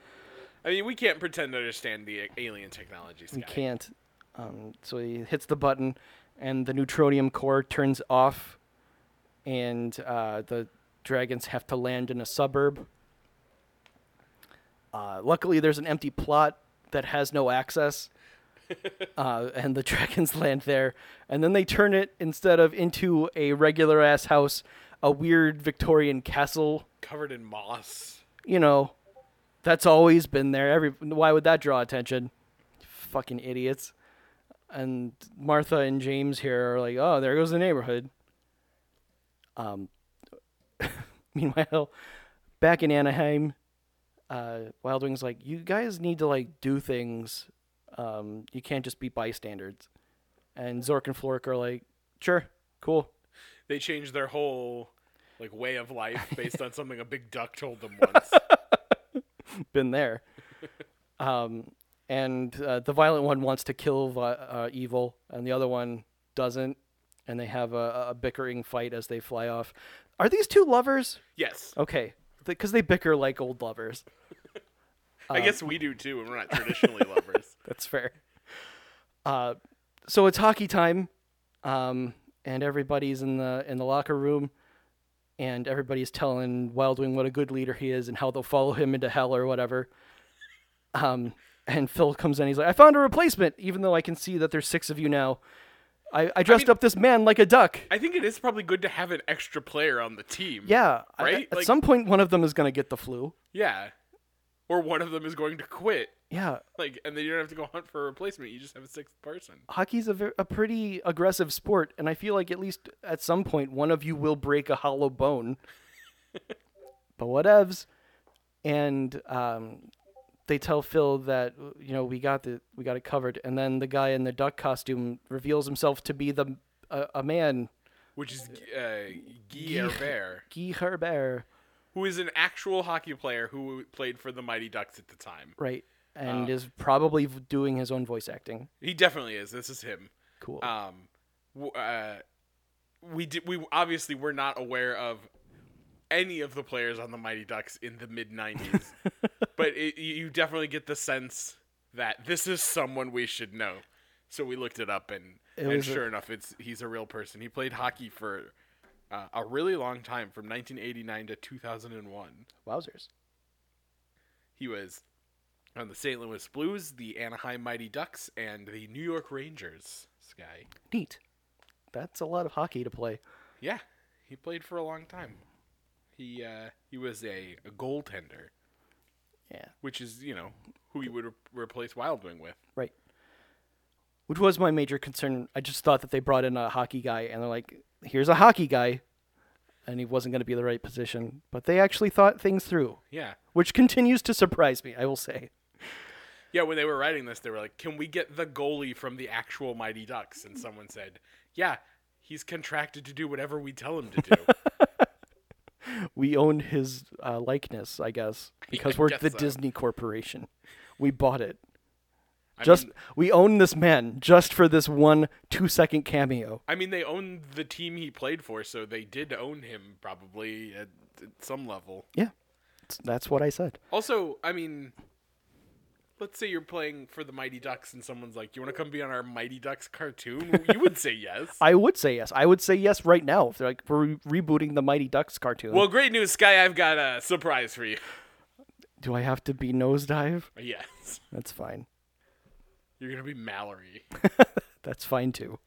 Speaker 2: I mean, we can't pretend to understand the a- alien technology. Sky.
Speaker 1: He can't. Um, so he hits the button, and the neutronium core turns off, and uh, the dragons have to land in a suburb. Uh, luckily, there's an empty plot that has no access, uh, and the dragons land there. And then they turn it instead of into a regular ass house, a weird Victorian castle.
Speaker 2: Covered in moss.
Speaker 1: You know, that's always been there. Every why would that draw attention? fucking idiots. And Martha and James here are like, oh, there goes the neighborhood. Um, meanwhile, back in Anaheim, uh, Wild Wing's like, you guys need to like do things. Um, you can't just be bystanders. And Zork and Flork are like, sure, cool.
Speaker 2: They changed their whole like way of life based on something a big duck told them once.
Speaker 1: been there. Um, and uh, the violent one wants to kill vi- uh, evil, and the other one doesn't, and they have a, a bickering fight as they fly off. Are these two lovers?
Speaker 2: yes,
Speaker 1: Okay, because they bicker like old lovers. um,
Speaker 2: I guess we do too, and we're not traditionally lovers.
Speaker 1: That's fair. Uh, so it's hockey time, um, and everybody's in the in the locker room, and everybody's telling Wildwing what a good leader he is and how they'll follow him into hell or whatever. Um, and Phil comes in. He's like, "I found a replacement, even though I can see that there's six of you now. I, I dressed
Speaker 2: mean-
Speaker 1: up this man like a duck.
Speaker 2: I think it is probably good to have an extra player on the team.
Speaker 1: Yeah, I-
Speaker 2: Right?
Speaker 1: at
Speaker 2: Like-
Speaker 1: some point, one of them is gonna get the flu.
Speaker 2: Yeah. Or one of them is going to quit.
Speaker 1: Yeah,
Speaker 2: Like, and then you don't have to go hunt for a replacement. You just have a sixth person.
Speaker 1: hockey's a, ver- a pretty aggressive sport, and I feel like at least at some point one of you will break a hollow bone. but whatevs. And um, they tell Phil that you know we got the we got it covered, and then the guy in the duck costume reveals himself to be the a, a man,
Speaker 2: Which is uh, Guy Herbert,
Speaker 1: Guy Herbert,
Speaker 2: who is an actual hockey player who played for the Mighty Ducks at the time.
Speaker 1: right, and is probably v- doing his own voice acting.
Speaker 2: He definitely is. This is him.
Speaker 1: Cool.
Speaker 2: Um, w- uh, we did. We obviously were not aware of any of the players on the Mighty Ducks in the mid '90s, but it, you- you definitely get the sense that this is someone we should know. So we looked it up, and, and
Speaker 1: was a-
Speaker 2: sure enough, it's he's a real person. He played hockey for uh, a really long time, from 1989 to 2001.
Speaker 1: Wowzers.
Speaker 2: He was on the St. Louis Blues, the Anaheim Mighty Ducks, and the New York Rangers. Sky.
Speaker 1: Neat. That's a lot of hockey to play.
Speaker 2: Yeah, he played for a long time. He uh, he was a, a goaltender,
Speaker 1: Yeah.
Speaker 2: which is you know who you would re- replace Wild Wing with.
Speaker 1: Right. Which was my major concern. I just thought that they brought in a hockey guy and they're like, here's a hockey guy. And he wasn't going to be the right position. But they actually thought things through,
Speaker 2: Yeah,
Speaker 1: which continues to surprise me, I will say.
Speaker 2: yeah. When they were writing this, they were like, "Can we get the goalie from the actual Mighty Ducks?" And someone said, "Yeah, he's contracted to do whatever we tell him to do."
Speaker 1: We owned his uh, likeness, I guess, because
Speaker 2: I
Speaker 1: we're
Speaker 2: guess
Speaker 1: the
Speaker 2: so.
Speaker 1: Disney Corporation. We bought it.
Speaker 2: I
Speaker 1: just
Speaker 2: mean,
Speaker 1: we own this man just for this one two second cameo.
Speaker 2: I mean, they owned the team he played for, so they did own him probably at, at some level.
Speaker 1: Yeah, It's- that's what I said.
Speaker 2: Also, I mean, let's say you're playing for the Mighty Ducks and someone's like, "You want to come be on our Mighty Ducks cartoon?" you would say yes.
Speaker 1: I would say yes. I would say yes right now. If they're like we're re- rebooting the Mighty Ducks cartoon.
Speaker 2: Well, great news, Sky. I've got a surprise for you.
Speaker 1: Do I have to be nosedive?
Speaker 2: Yes,
Speaker 1: That's fine.
Speaker 2: you're gonna be Mallory.
Speaker 1: That's fine too.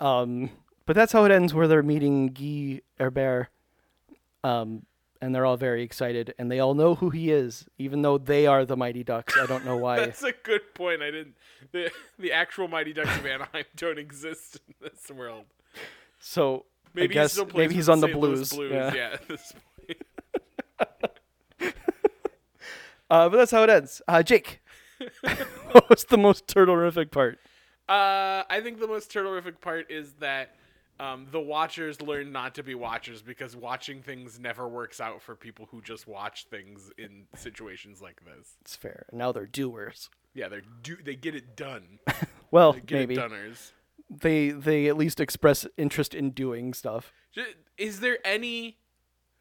Speaker 1: Um, but that's how it ends, where they're meeting Guy Herbert, um, and they're all very excited, and they all know who he is, even though they are the Mighty Ducks. I don't know why.
Speaker 2: That's a good point. I didn't. The, the actual Mighty Ducks of Anaheim don't exist in this world.
Speaker 1: so
Speaker 2: Maybe
Speaker 1: I guess
Speaker 2: he still plays
Speaker 1: maybe he's
Speaker 2: with
Speaker 1: on the
Speaker 2: St. Louis
Speaker 1: Blues. Yeah.
Speaker 2: yeah. at this point.
Speaker 1: Uh, but that's how it ends. Uh, Jake, what was the most turtlerific part?
Speaker 2: Uh, I think the most terrific part is that um, the watchers learn not to be watchers because watching things never works out for people who just watch things in situations like this.
Speaker 1: It's fair. Now they're doers.
Speaker 2: Yeah, they're do they get it done.
Speaker 1: Well,
Speaker 2: Get
Speaker 1: maybe
Speaker 2: it doneers.
Speaker 1: they they at least express interest in doing stuff.
Speaker 2: Ju- Is there any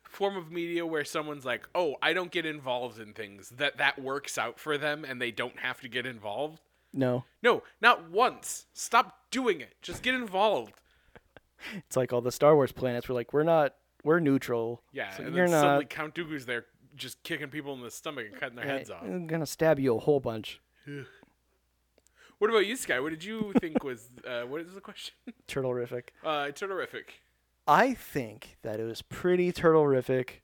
Speaker 2: form of media where someone's like, "Oh, I don't get involved in things that that works out for them and they don't have to get involved?"
Speaker 1: No,
Speaker 2: No, not once. Stop doing it. Just get involved.
Speaker 1: it's like all the Star Wars planets. We're like, we're not. We're neutral.
Speaker 2: Yeah,
Speaker 1: So
Speaker 2: and
Speaker 1: you're
Speaker 2: then suddenly
Speaker 1: not.
Speaker 2: Count Dooku's there, just kicking people in the stomach and cutting their heads off.
Speaker 1: I'm gonna stab you a whole bunch.
Speaker 2: What about you, Sky? What did you think was uh, what is the question?
Speaker 1: Turtlerific.
Speaker 2: Uh, terrific.
Speaker 1: I think that it was pretty turtlerific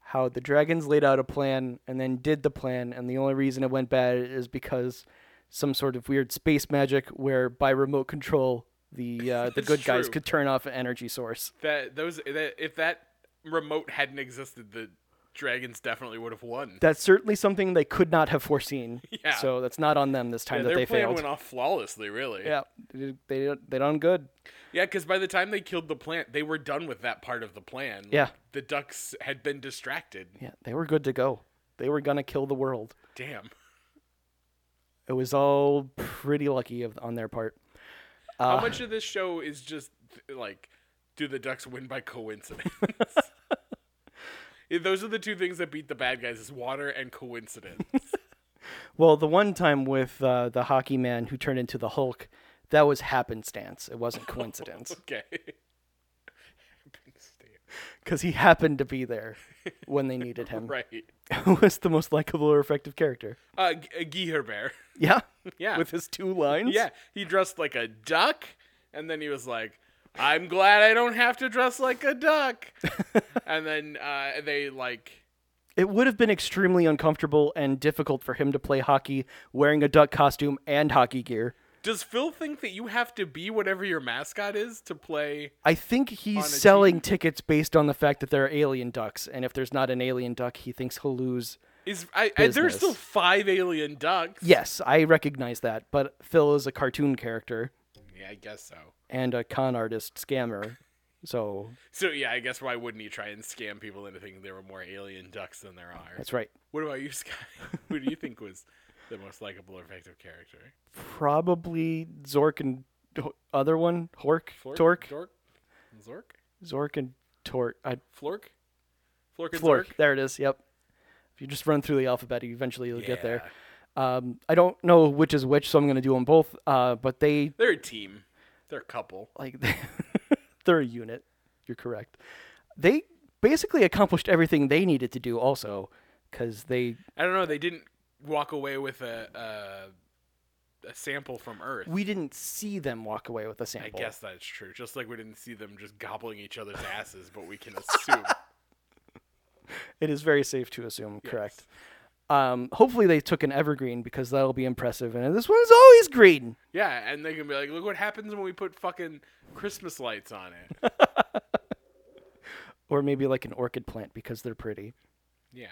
Speaker 1: how the dragons laid out a plan and then did the plan, and the only reason it went bad is because some sort of weird space magic where by remote control the uh, the
Speaker 2: It's
Speaker 1: good guys
Speaker 2: true.
Speaker 1: could turn off an energy source.
Speaker 2: That those that if that remote hadn't existed, the dragons definitely would have won.
Speaker 1: That's certainly something they could not have foreseen.
Speaker 2: Yeah.
Speaker 1: So that's not on them this time
Speaker 2: Yeah,
Speaker 1: that
Speaker 2: their
Speaker 1: they
Speaker 2: plan
Speaker 1: failed.
Speaker 2: went off flawlessly, really.
Speaker 1: Yeah, they they they done good.
Speaker 2: yeah. Because by the time they killed the plant, they were done with that part of the plan.
Speaker 1: Yeah.
Speaker 2: the ducks had been distracted.
Speaker 1: Yeah, they were good to go. They were gonna kill the world.
Speaker 2: Damn.
Speaker 1: It was all pretty lucky of, on their part.
Speaker 2: How much of this show is just like, do the Ducks win by coincidence? Yeah, Those are the two things that beat the bad guys: is water and coincidence.
Speaker 1: Well, the one time with uh, the hockey man who turned into the Hulk, that was happenstance. It wasn't coincidence.
Speaker 2: okay. Happenstance.
Speaker 1: because he happened to be there when they needed him.
Speaker 2: right?
Speaker 1: Who was the most likable or effective character?
Speaker 2: Uh, G- uh, Guy Herbert.
Speaker 1: Yeah,
Speaker 2: Yeah.
Speaker 1: with his two lines.
Speaker 2: Yeah, he dressed like a duck, and then he was like, "I'm glad I don't have to dress like a duck." and then uh, they like,
Speaker 1: It would have been extremely uncomfortable and difficult for him to play hockey wearing a duck costume and hockey gear.
Speaker 2: does Phil think that you have to be whatever your mascot is to play?
Speaker 1: I think
Speaker 2: On
Speaker 1: he's
Speaker 2: a
Speaker 1: selling tickets based on the fact that there are alien ducks, and if there's not an alien duck, he thinks he'll lose.
Speaker 2: Is I, I there's
Speaker 1: Business.
Speaker 2: still five alien ducks?
Speaker 1: Yes, I recognize that, but Phil is a cartoon character
Speaker 2: Yeah, I guess so.
Speaker 1: and a con artist scammer, so
Speaker 2: So yeah, I guess why wouldn't he try and scam people into thinking there were more alien ducks than there are?
Speaker 1: that's right.
Speaker 2: What about you, Scott? Who do you think was the most likable or effective character?
Speaker 1: Probably Zork and Ho- other one Hork
Speaker 2: Flork?
Speaker 1: Tork
Speaker 2: Dork? Zork?
Speaker 1: Zork and Tork. I
Speaker 2: Flork? Flork and
Speaker 1: Flork.
Speaker 2: Zork?
Speaker 1: There it is. Yep. If you just run through the alphabet, you eventually you'll get there.
Speaker 2: Yeah.
Speaker 1: Um, I don't know which is which, so I'm going to do them both. Uh, but they
Speaker 2: They're a team. They're a couple.
Speaker 1: like they're a unit. You're correct. They basically accomplished everything they needed to do, also, because they
Speaker 2: I don't know. They didn't walk away with a a, a sample from Earth.
Speaker 1: we didn't see them walk away with a
Speaker 2: I
Speaker 1: sample.
Speaker 2: guess that's true. Just like we didn't see them just gobbling each other's asses, but we can assume.
Speaker 1: it is very safe to assume. Correct.
Speaker 2: Yes.
Speaker 1: Um, hopefully they took an evergreen because that'll be impressive. And this one's always green.
Speaker 2: Yeah, and they can be like, look what happens when we put fucking Christmas lights on it.
Speaker 1: Or maybe like an orchid plant because they're pretty.
Speaker 2: yeah.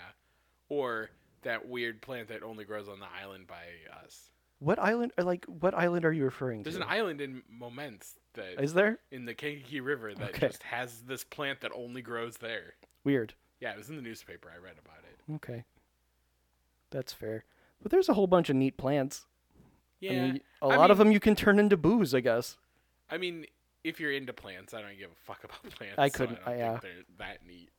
Speaker 2: Or that weird plant that only grows on the island by us.
Speaker 1: What island? Or like what island are you referring
Speaker 2: There's
Speaker 1: to?
Speaker 2: an island in Moments that
Speaker 1: Is there?
Speaker 2: in the Kankakee River that
Speaker 1: Okay.
Speaker 2: just has this plant that only grows there.
Speaker 1: Weird.
Speaker 2: Yeah, it was in the newspaper. I read about it.
Speaker 1: Okay. That's fair. But there's a whole bunch of neat plants. I
Speaker 2: Yeah.
Speaker 1: mean, a
Speaker 2: I
Speaker 1: lot of
Speaker 2: mean-
Speaker 1: them you can turn into booze, I guess.
Speaker 2: I mean, if you're into plants, I don't give a fuck about plants.
Speaker 1: I
Speaker 2: so
Speaker 1: couldn't-
Speaker 2: I don't
Speaker 1: I, uh,
Speaker 2: think they're that neat.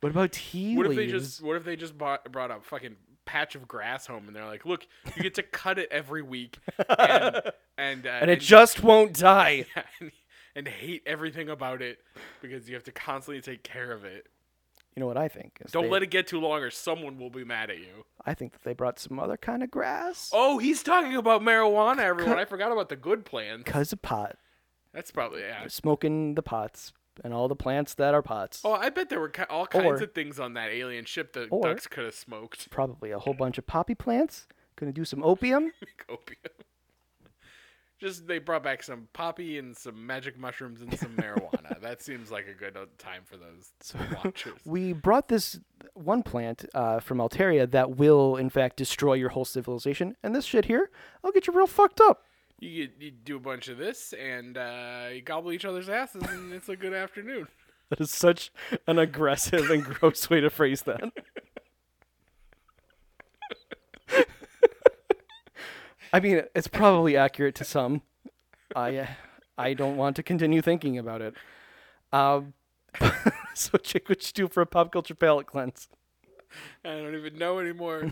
Speaker 1: What about tea
Speaker 2: What if
Speaker 1: leaves?
Speaker 2: they just What if they just bought, brought a fucking patch of grass home and they're like, "Look, you get to cut it every week, and and, uh,
Speaker 1: and it just won't die.
Speaker 2: and, and hate everything about it because you have to constantly take care of it.
Speaker 1: You know what I think?
Speaker 2: Don't let it get too long, or someone will be mad at you."
Speaker 1: I think that they brought some other kind of grass.
Speaker 2: Oh, he's talking about marijuana, everyone. I forgot about the good plants.
Speaker 1: Cause of pot,
Speaker 2: That's probably yeah.
Speaker 1: smoking the pots and all the plants that are pots.
Speaker 2: Oh, I bet there were ki- all kinds
Speaker 1: Or-
Speaker 2: of things on that alien ship that
Speaker 1: Or-
Speaker 2: ducks could have smoked.
Speaker 1: Probably a whole bunch of poppy plants. Gonna do some opium.
Speaker 2: opium. Just they brought back some poppy and some magic mushrooms and some marijuana. That seems like a good uh, time for those watchers.
Speaker 1: We brought this one plant uh, from Altaria that will, in fact, destroy your whole civilization. And this shit here, I'll get you real fucked up.
Speaker 2: You, get- you do a bunch of this and uh, you gobble each other's asses, and it's a good afternoon.
Speaker 1: That is such an aggressive and gross way to phrase that. I mean, it's probably accurate to some. I I don't want to continue thinking about it. Um, so, Chick, what you do for a pop culture palate cleanse?
Speaker 2: I don't even know anymore.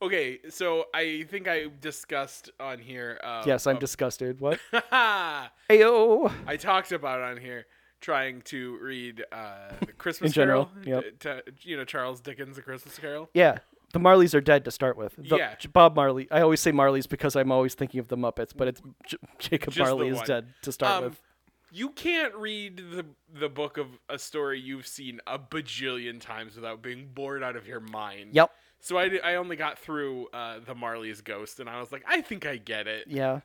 Speaker 2: okay, so I think I discussed on here. Uh,
Speaker 1: Yes, I'm disgusted. What?
Speaker 2: I
Speaker 1: Ayo.
Speaker 2: talked about on here trying to read uh, the Christmas
Speaker 1: general,
Speaker 2: Carol. to- to- you know Charles Dickens' The Christmas Carol.
Speaker 1: Yeah, the Marleys are dead to start with. The-
Speaker 2: Yeah.
Speaker 1: J- Bob Marley. I always say Marleys because I'm always thinking of the Muppets, but it's J- Jacob
Speaker 2: Just the
Speaker 1: Marley is
Speaker 2: one.
Speaker 1: dead to start
Speaker 2: Um,
Speaker 1: with.
Speaker 2: You can't read the the book of a story you've seen a bajillion times without being bored out of your mind.
Speaker 1: Yep.
Speaker 2: So I, di- I only got through uh, the Marley's Ghost, and I was like, I think I get it.
Speaker 1: Yeah.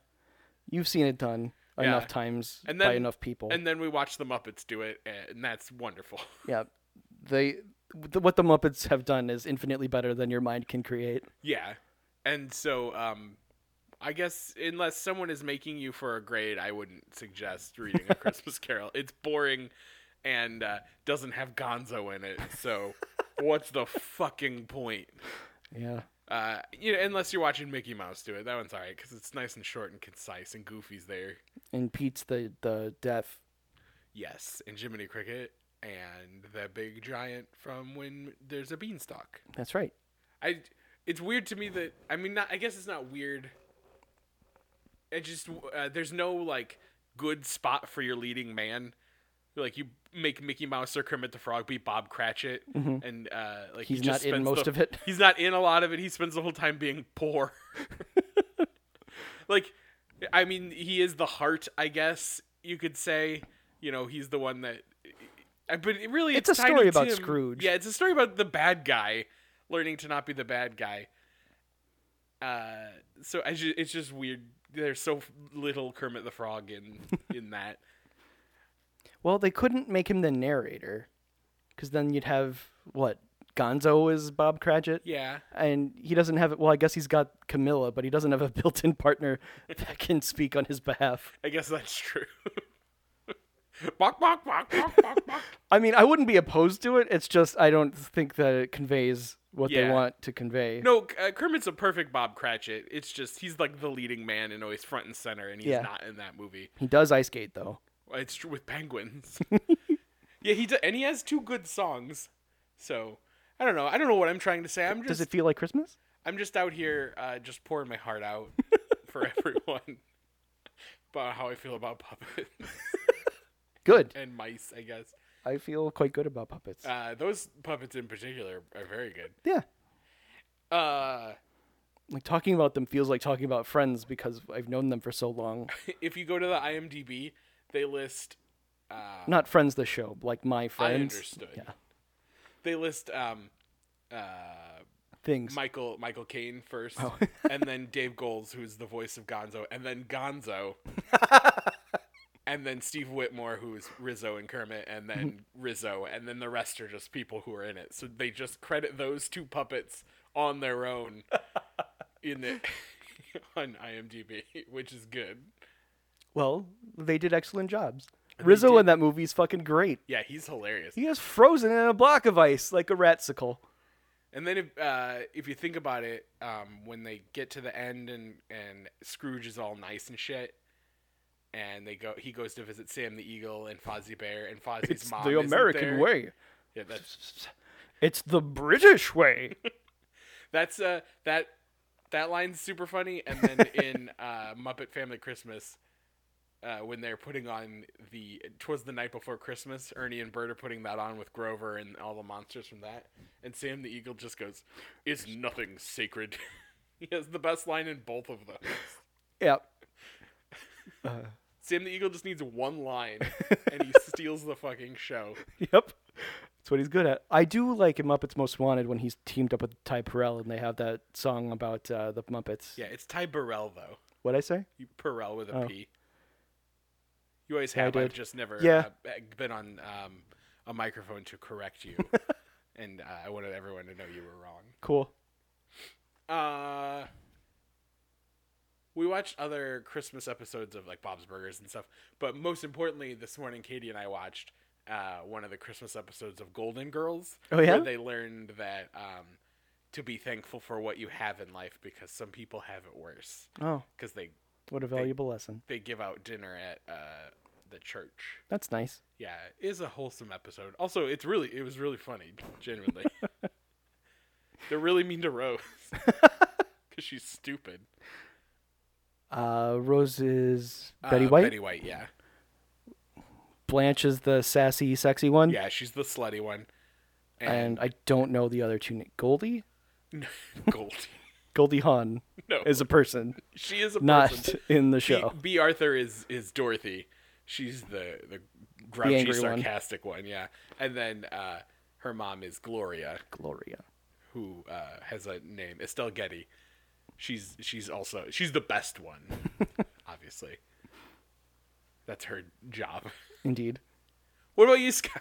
Speaker 1: You've seen it done
Speaker 2: Yeah.
Speaker 1: enough times
Speaker 2: And
Speaker 1: by
Speaker 2: then-
Speaker 1: enough people.
Speaker 2: And then we watched the Muppets do it, and that's wonderful.
Speaker 1: yeah. They th- what the Muppets have done is infinitely better than your mind can create.
Speaker 2: yeah. And so, um, I guess unless someone is making you for a grade, I wouldn't suggest reading A Christmas Carol. It's boring and uh, doesn't have Gonzo in it. So, what's the fucking point?
Speaker 1: Yeah.
Speaker 2: Uh, you know, unless you're watching Mickey Mouse do it, that one's alright because it's nice and short and concise, and Goofy's there.
Speaker 1: And Pete's the the deaf.
Speaker 2: Yes, and Jiminy Cricket and the big giant from when there's a beanstalk.
Speaker 1: That's right.
Speaker 2: I, it's weird to me that I mean, not I guess it's not weird. It just uh, there's no like good spot for your leading man. like you make Mickey Mouse or Kermit the Frog be Bob Cratchit, and uh, like
Speaker 1: Mm-hmm. He's
Speaker 2: he just
Speaker 1: not in
Speaker 2: spends
Speaker 1: most
Speaker 2: the-
Speaker 1: of it.
Speaker 2: He's not in a lot of it. He spends the whole time being poor. like, I mean, he is the heart, I guess you could say. You know, he's the one that. uh, But it really,
Speaker 1: It's
Speaker 2: it's,
Speaker 1: a story
Speaker 2: Tiny
Speaker 1: about
Speaker 2: Tim.
Speaker 1: Scrooge.
Speaker 2: Yeah, it's a story about the bad guy learning to not be the bad guy. Uh, so I ju- it's just weird. There's so little Kermit the Frog in in that.
Speaker 1: Well, they couldn't make him the narrator, because then you'd have what Gonzo is Bob Cratchit.
Speaker 2: Yeah.
Speaker 1: and he doesn't have it. Well, I guess he's got Camilla, but he doesn't have a built-in partner that can speak on his behalf.
Speaker 2: I guess that's true. Bawk, bawk, bawk, bawk, bawk, bawk.
Speaker 1: I mean, I wouldn't be opposed to it. It's just I don't think that it conveys what they
Speaker 2: Yeah.
Speaker 1: want to convey.
Speaker 2: No, uh, Kermit's a perfect Bob Cratchit. It's just he's like the leading man and always front and center, and he's
Speaker 1: Yeah.
Speaker 2: not in that movie.
Speaker 1: He does ice skate though.
Speaker 2: It's true with penguins. yeah, he do- and he has two good songs. So I don't know. I don't know what I'm trying to say. I'm
Speaker 1: Does
Speaker 2: just
Speaker 1: it feel like Christmas?
Speaker 2: I'm just out here uh, just pouring my heart out for everyone about how I feel about puppets
Speaker 1: Good.
Speaker 2: and mice. I guess
Speaker 1: I feel quite good about puppets.
Speaker 2: uh, those puppets in particular are very good.
Speaker 1: yeah.
Speaker 2: Uh,
Speaker 1: Like talking about them feels like talking about friends because I've known them for so long.
Speaker 2: if you go to the IMDb, they list. Uh,
Speaker 1: Not friends the show, like my friends.
Speaker 2: I understood.
Speaker 1: Yeah.
Speaker 2: They list um, uh,
Speaker 1: Things.
Speaker 2: Michael Michael Caine first,
Speaker 1: Oh.
Speaker 2: and then Dave Goles, who's the voice of Gonzo, and then Gonzo, and then Steve Whitmore, who is Rizzo and Kermit, and then Rizzo, and then the rest are just people who are in it. So they just credit those two puppets on their own in the on IMDb, which is good.
Speaker 1: well, they did excellent jobs. Rizzo in that movie is fucking great.
Speaker 2: Yeah, he's hilarious.
Speaker 1: He is frozen in a block of ice like a ratsicle.
Speaker 2: And then if uh, if you think about it, um, when they get to the end and and Scrooge is all nice and shit, and they go, he goes to visit Sam the Eagle and Fozzie Bear, and Fozzie's
Speaker 1: It's
Speaker 2: mom.
Speaker 1: the
Speaker 2: isn't
Speaker 1: American
Speaker 2: there.
Speaker 1: way.
Speaker 2: Yeah, that's
Speaker 1: It's the British way.
Speaker 2: that's uh that that line's super funny. And then in uh, Muppet Family Christmas. Uh, when they're putting on the twas the night before Christmas, Ernie and Bert are putting that on with Grover and all the monsters from that, and Sam the Eagle just goes, "Is nothing sacred." he has the best line in both of those.
Speaker 1: yeah. Uh-huh.
Speaker 2: Sam the Eagle just needs one line, and he steals the fucking show.
Speaker 1: Yep. That's what he's good at. I do like in Muppets Most Wanted when he's teamed up with Ty Perrell and they have that song about uh, the Muppets.
Speaker 2: Yeah, it's Ty Burrell though.
Speaker 1: What'd I say?
Speaker 2: You Burrell with a P.
Speaker 1: Oh.
Speaker 2: You always
Speaker 1: Yeah, I
Speaker 2: have. I've
Speaker 1: did.
Speaker 2: just never
Speaker 1: Yeah.
Speaker 2: uh, been on um, a microphone to correct you, and uh, I wanted everyone to know you were wrong.
Speaker 1: Cool.
Speaker 2: Uh, we watched other Christmas episodes of like Bob's Burgers and stuff, but most importantly, this morning Katie and I watched uh, one of the Christmas episodes of Golden Girls.
Speaker 1: Oh, yeah?
Speaker 2: where they learned that um, to be thankful for what you have in life because some people have it worse
Speaker 1: Oh,
Speaker 2: because they
Speaker 1: what a valuable lesson.
Speaker 2: they give out dinner at uh, the church.
Speaker 1: That's nice.
Speaker 2: Yeah, it is a wholesome episode. Also, it's really it was really funny, genuinely. They're really mean to Rose because she's stupid.
Speaker 1: Uh, Rose is
Speaker 2: Uh,
Speaker 1: Betty White.
Speaker 2: Betty White, yeah,
Speaker 1: Blanche is the sassy, sexy one.
Speaker 2: yeah, she's the slutty one, and,
Speaker 1: And I don't know the other two. na- Goldie?
Speaker 2: Goldie.
Speaker 1: Goldie Hawn
Speaker 2: No,
Speaker 1: is a person,
Speaker 2: she is a
Speaker 1: not
Speaker 2: person.
Speaker 1: in the
Speaker 2: B,
Speaker 1: show.
Speaker 2: B. Arthur is is Dorothy. She's the the grouchy,
Speaker 1: angry one.
Speaker 2: sarcastic one. yeah. And then uh, her mom is Gloria,
Speaker 1: Gloria.
Speaker 2: who uh, has a name Estelle Getty. She's she's also she's the best one, obviously. That's her job.
Speaker 1: Indeed.
Speaker 2: What about you, Sky?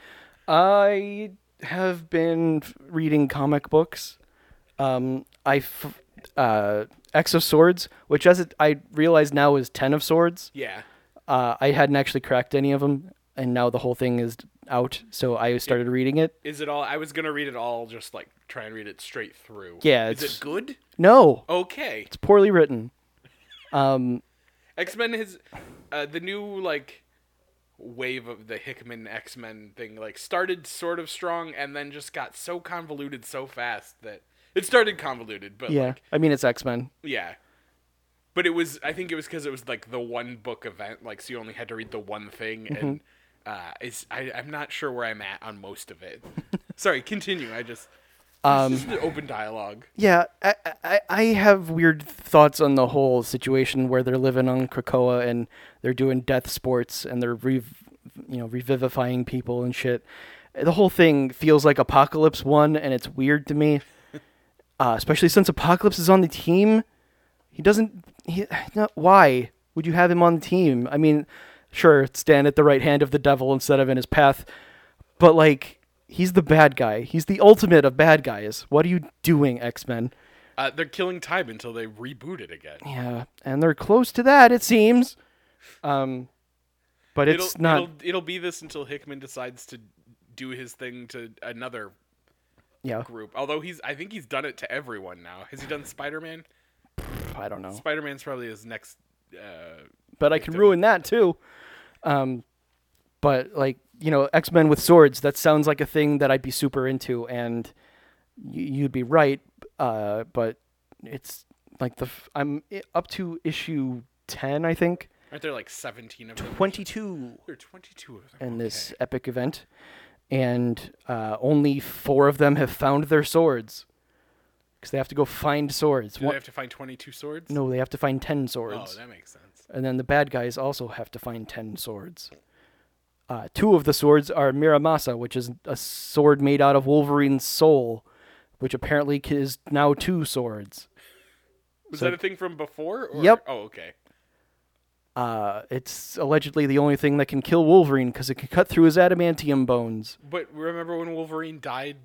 Speaker 1: I have been f- reading comic books. Um, I f- uh, Exo Swords, which as it, I realize now is Ten of Swords.
Speaker 2: yeah,
Speaker 1: Uh, I hadn't actually cracked any of them, and now the whole thing is out. So I started reading it.
Speaker 2: is it all? I was gonna read it all, just like try and read it straight through.
Speaker 1: Yeah,
Speaker 2: is
Speaker 1: it's-
Speaker 2: it good?
Speaker 1: No,
Speaker 2: Oh. Okay,
Speaker 1: it's poorly written. Um,
Speaker 2: X Men has uh, the new like wave of the Hickman X Men thing like started sort of strong and then just got so convoluted so fast that it started convoluted, but
Speaker 1: yeah,
Speaker 2: like
Speaker 1: I mean it's X Men.
Speaker 2: yeah.
Speaker 1: Mm-hmm.
Speaker 2: But it was I think it was because it was like the one book event, like so you only had to read the one thing and Uh, it's I, I'm not sure where I'm at on most of it. Sorry, continue. I just
Speaker 1: Um,
Speaker 2: this is an open dialogue.
Speaker 1: Yeah, I, I I have weird thoughts on the whole situation where they're living on Krakoa and they're doing death sports and they're re, you know revivifying people and shit. The whole thing feels like Apocalypse One, and it's weird to me, uh, especially since Apocalypse is on the team. He doesn't. He, no, why would you have him on the team? I mean, sure, stand at the right hand of the devil instead of in his path, but like he's the bad guy. He's the ultimate of bad guys. What are you doing, X Men?
Speaker 2: Uh, they're killing time until they reboot it again.
Speaker 1: Yeah, and they're close to that, it seems. Um, but it's
Speaker 2: it'll,
Speaker 1: not.
Speaker 2: It'll, it'll be this until Hickman decides to do his thing to another
Speaker 1: yeah,
Speaker 2: group. Although he's, I think he's done it to everyone now. Has he done Spider Man?
Speaker 1: I don't know.
Speaker 2: Spider Man's probably his next. Uh,
Speaker 1: But I can ruin that too. Um, but like you know, X Men with swords. That sounds like a thing that I'd be super into, and y- you'd be right. Uh, but it's like the f- I'm i- up to issue ten, I think,
Speaker 2: aren't there like seventeen of them?
Speaker 1: twenty two.
Speaker 2: There are twenty-two of them.
Speaker 1: in this epic event, and uh, only four of them have found their swords because they have to go find swords.
Speaker 2: Do
Speaker 1: One-
Speaker 2: they have to find twenty-two swords?
Speaker 1: no, they have to find ten
Speaker 2: Oh,
Speaker 1: swords,
Speaker 2: that makes sense.
Speaker 1: and then the bad guys also have to find ten swords. Uh, two of the swords are Miramasa, which is a sword made out of Wolverine's soul, which apparently ki- is now two swords.
Speaker 2: Was
Speaker 1: So-
Speaker 2: that a thing from before? Or?
Speaker 1: Yep.
Speaker 2: Oh, okay.
Speaker 1: Uh, it's allegedly the only thing that can kill Wolverine because it can cut through his adamantium bones.
Speaker 2: But remember when Wolverine died?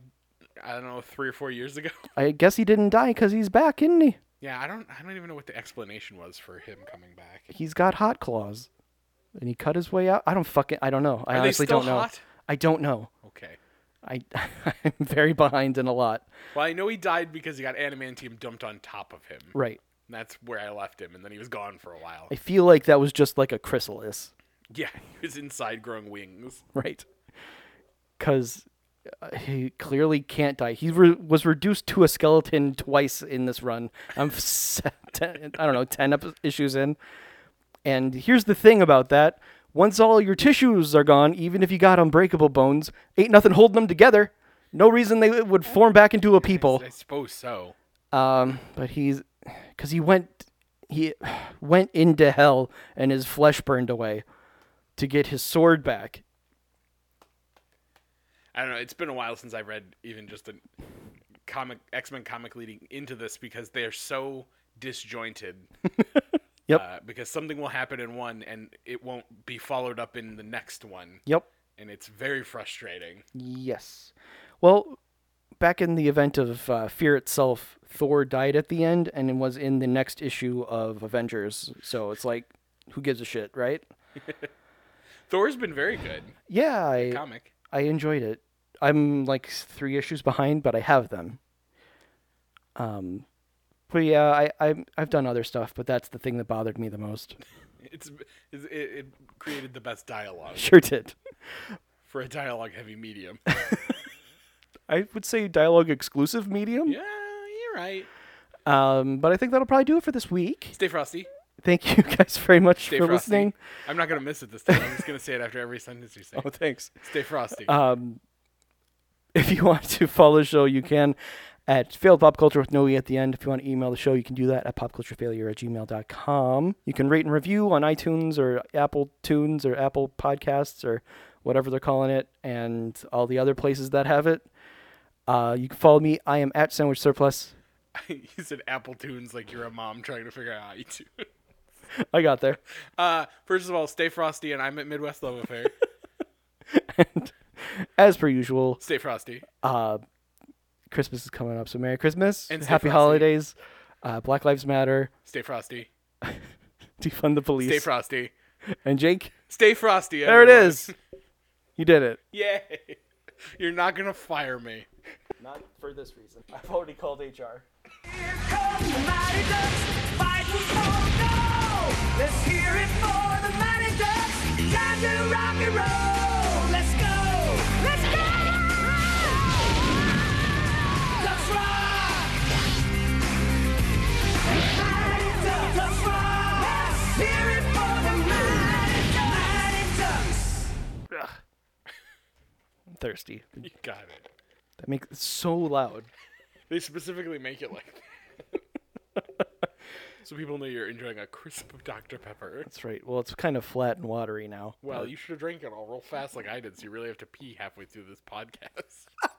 Speaker 2: I don't know, three or four years ago.
Speaker 1: I guess he didn't die because he's back, isn't he?
Speaker 2: Yeah, I don't. I don't even know what the explanation was for him coming back.
Speaker 1: he's got hot claws, and he cut his way out. I don't fucking I don't know. I
Speaker 2: Are they
Speaker 1: honestly
Speaker 2: still
Speaker 1: don't know.
Speaker 2: hot?
Speaker 1: I don't know.
Speaker 2: Okay.
Speaker 1: I I'm very behind in a lot.
Speaker 2: Well, I know he died because he got adamantium dumped on top of him.
Speaker 1: Right.
Speaker 2: And that's where I left him, and then he was gone for a while.
Speaker 1: I feel like that was just like a chrysalis,
Speaker 2: Yeah, he was inside growing wings.
Speaker 1: right? Because he clearly can't die. He re- was reduced to a skeleton twice in this run. I'm s- ten, I don't know ten up issues in, and here's the thing about that. Once all your tissues are gone, even if you got unbreakable bones, ain't nothing holding them together. No reason they would form back into a people.
Speaker 2: I suppose so.
Speaker 1: Um, but he's because he went he went into hell and his flesh burned away to get his sword back.
Speaker 2: I don't know. It's been a while since I read even just a comic X Men comic leading into this because they're so disjointed.
Speaker 1: Yep.
Speaker 2: Uh, because something will happen in one and it won't be followed up in the next one,
Speaker 1: Yep.
Speaker 2: and it's very frustrating.
Speaker 1: Yes. Well, back in the event of uh, Fear itself, Thor died at the end and it was in the next issue of Avengers. So it's like, who gives a shit, right?
Speaker 2: Thor's been very good
Speaker 1: Yeah, I
Speaker 2: comic.
Speaker 1: I enjoyed it. I'm like three issues behind, but I have them. Um, but yeah, I, I I've done other stuff, but that's the thing that bothered me the most.
Speaker 2: It's it, it created the best dialogue
Speaker 1: Sure did.
Speaker 2: for a dialogue heavy medium.
Speaker 1: I would say dialogue exclusive medium.
Speaker 2: yeah, you're right.
Speaker 1: Um, but I think that'll probably do it for this week.
Speaker 2: Stay frosty.
Speaker 1: Thank you guys very much
Speaker 2: Stay
Speaker 1: for
Speaker 2: frosty.
Speaker 1: listening.
Speaker 2: I'm not gonna miss it this time. I'm just gonna say it after every sentence you say.
Speaker 1: Oh, thanks.
Speaker 2: Stay frosty.
Speaker 1: Um, if you want to follow the show, you can at failed pop culture with no e at the end. If you want to email the show, you can do that at popculturefailure at gmail.com. You can rate and review on iTunes or Apple Tunes or Apple Podcasts or whatever they're calling it and all the other places that have it. Uh, you can follow me. I am at Sandwich Surplus.
Speaker 2: you said Apple Tunes like you're a mom trying to figure out how you do.
Speaker 1: I got there.
Speaker 2: Uh, first of all, stay frosty, and I'm at Midwest Love Affair.
Speaker 1: and as per usual,
Speaker 2: stay frosty.
Speaker 1: uh, Christmas is coming up. So Merry Christmas
Speaker 2: And stay
Speaker 1: Happy
Speaker 2: frosty.
Speaker 1: Holidays. Uh, Black Lives Matter.
Speaker 2: Stay frosty.
Speaker 1: Defund the police.
Speaker 2: Stay frosty.
Speaker 1: And Jake,
Speaker 2: Stay frosty.
Speaker 1: there it
Speaker 2: everyone.
Speaker 1: is. You did it.
Speaker 2: Yay! You're not gonna fire me.
Speaker 1: Not for this reason. I've already called HR.
Speaker 4: Here comes the Mighty Ducks, fighting for gold. Let's hear it for the Mighty Ducks. Time to rock and roll. Let's go. Let's go. Ducks rock. Mighty Ducks. Ducks rock. Let's hear it for the Mighty Ducks. Mighty Ducks.
Speaker 1: Ugh. thirsty.
Speaker 2: You got it.
Speaker 1: That makes it so loud.
Speaker 2: They specifically make it like that. so people know you're enjoying a crisp Dr. Pepper.
Speaker 1: That's right. Well, it's kind of flat and watery now.
Speaker 2: Well, you should have drank it all real fast like I did, so you really have to pee halfway through this podcast.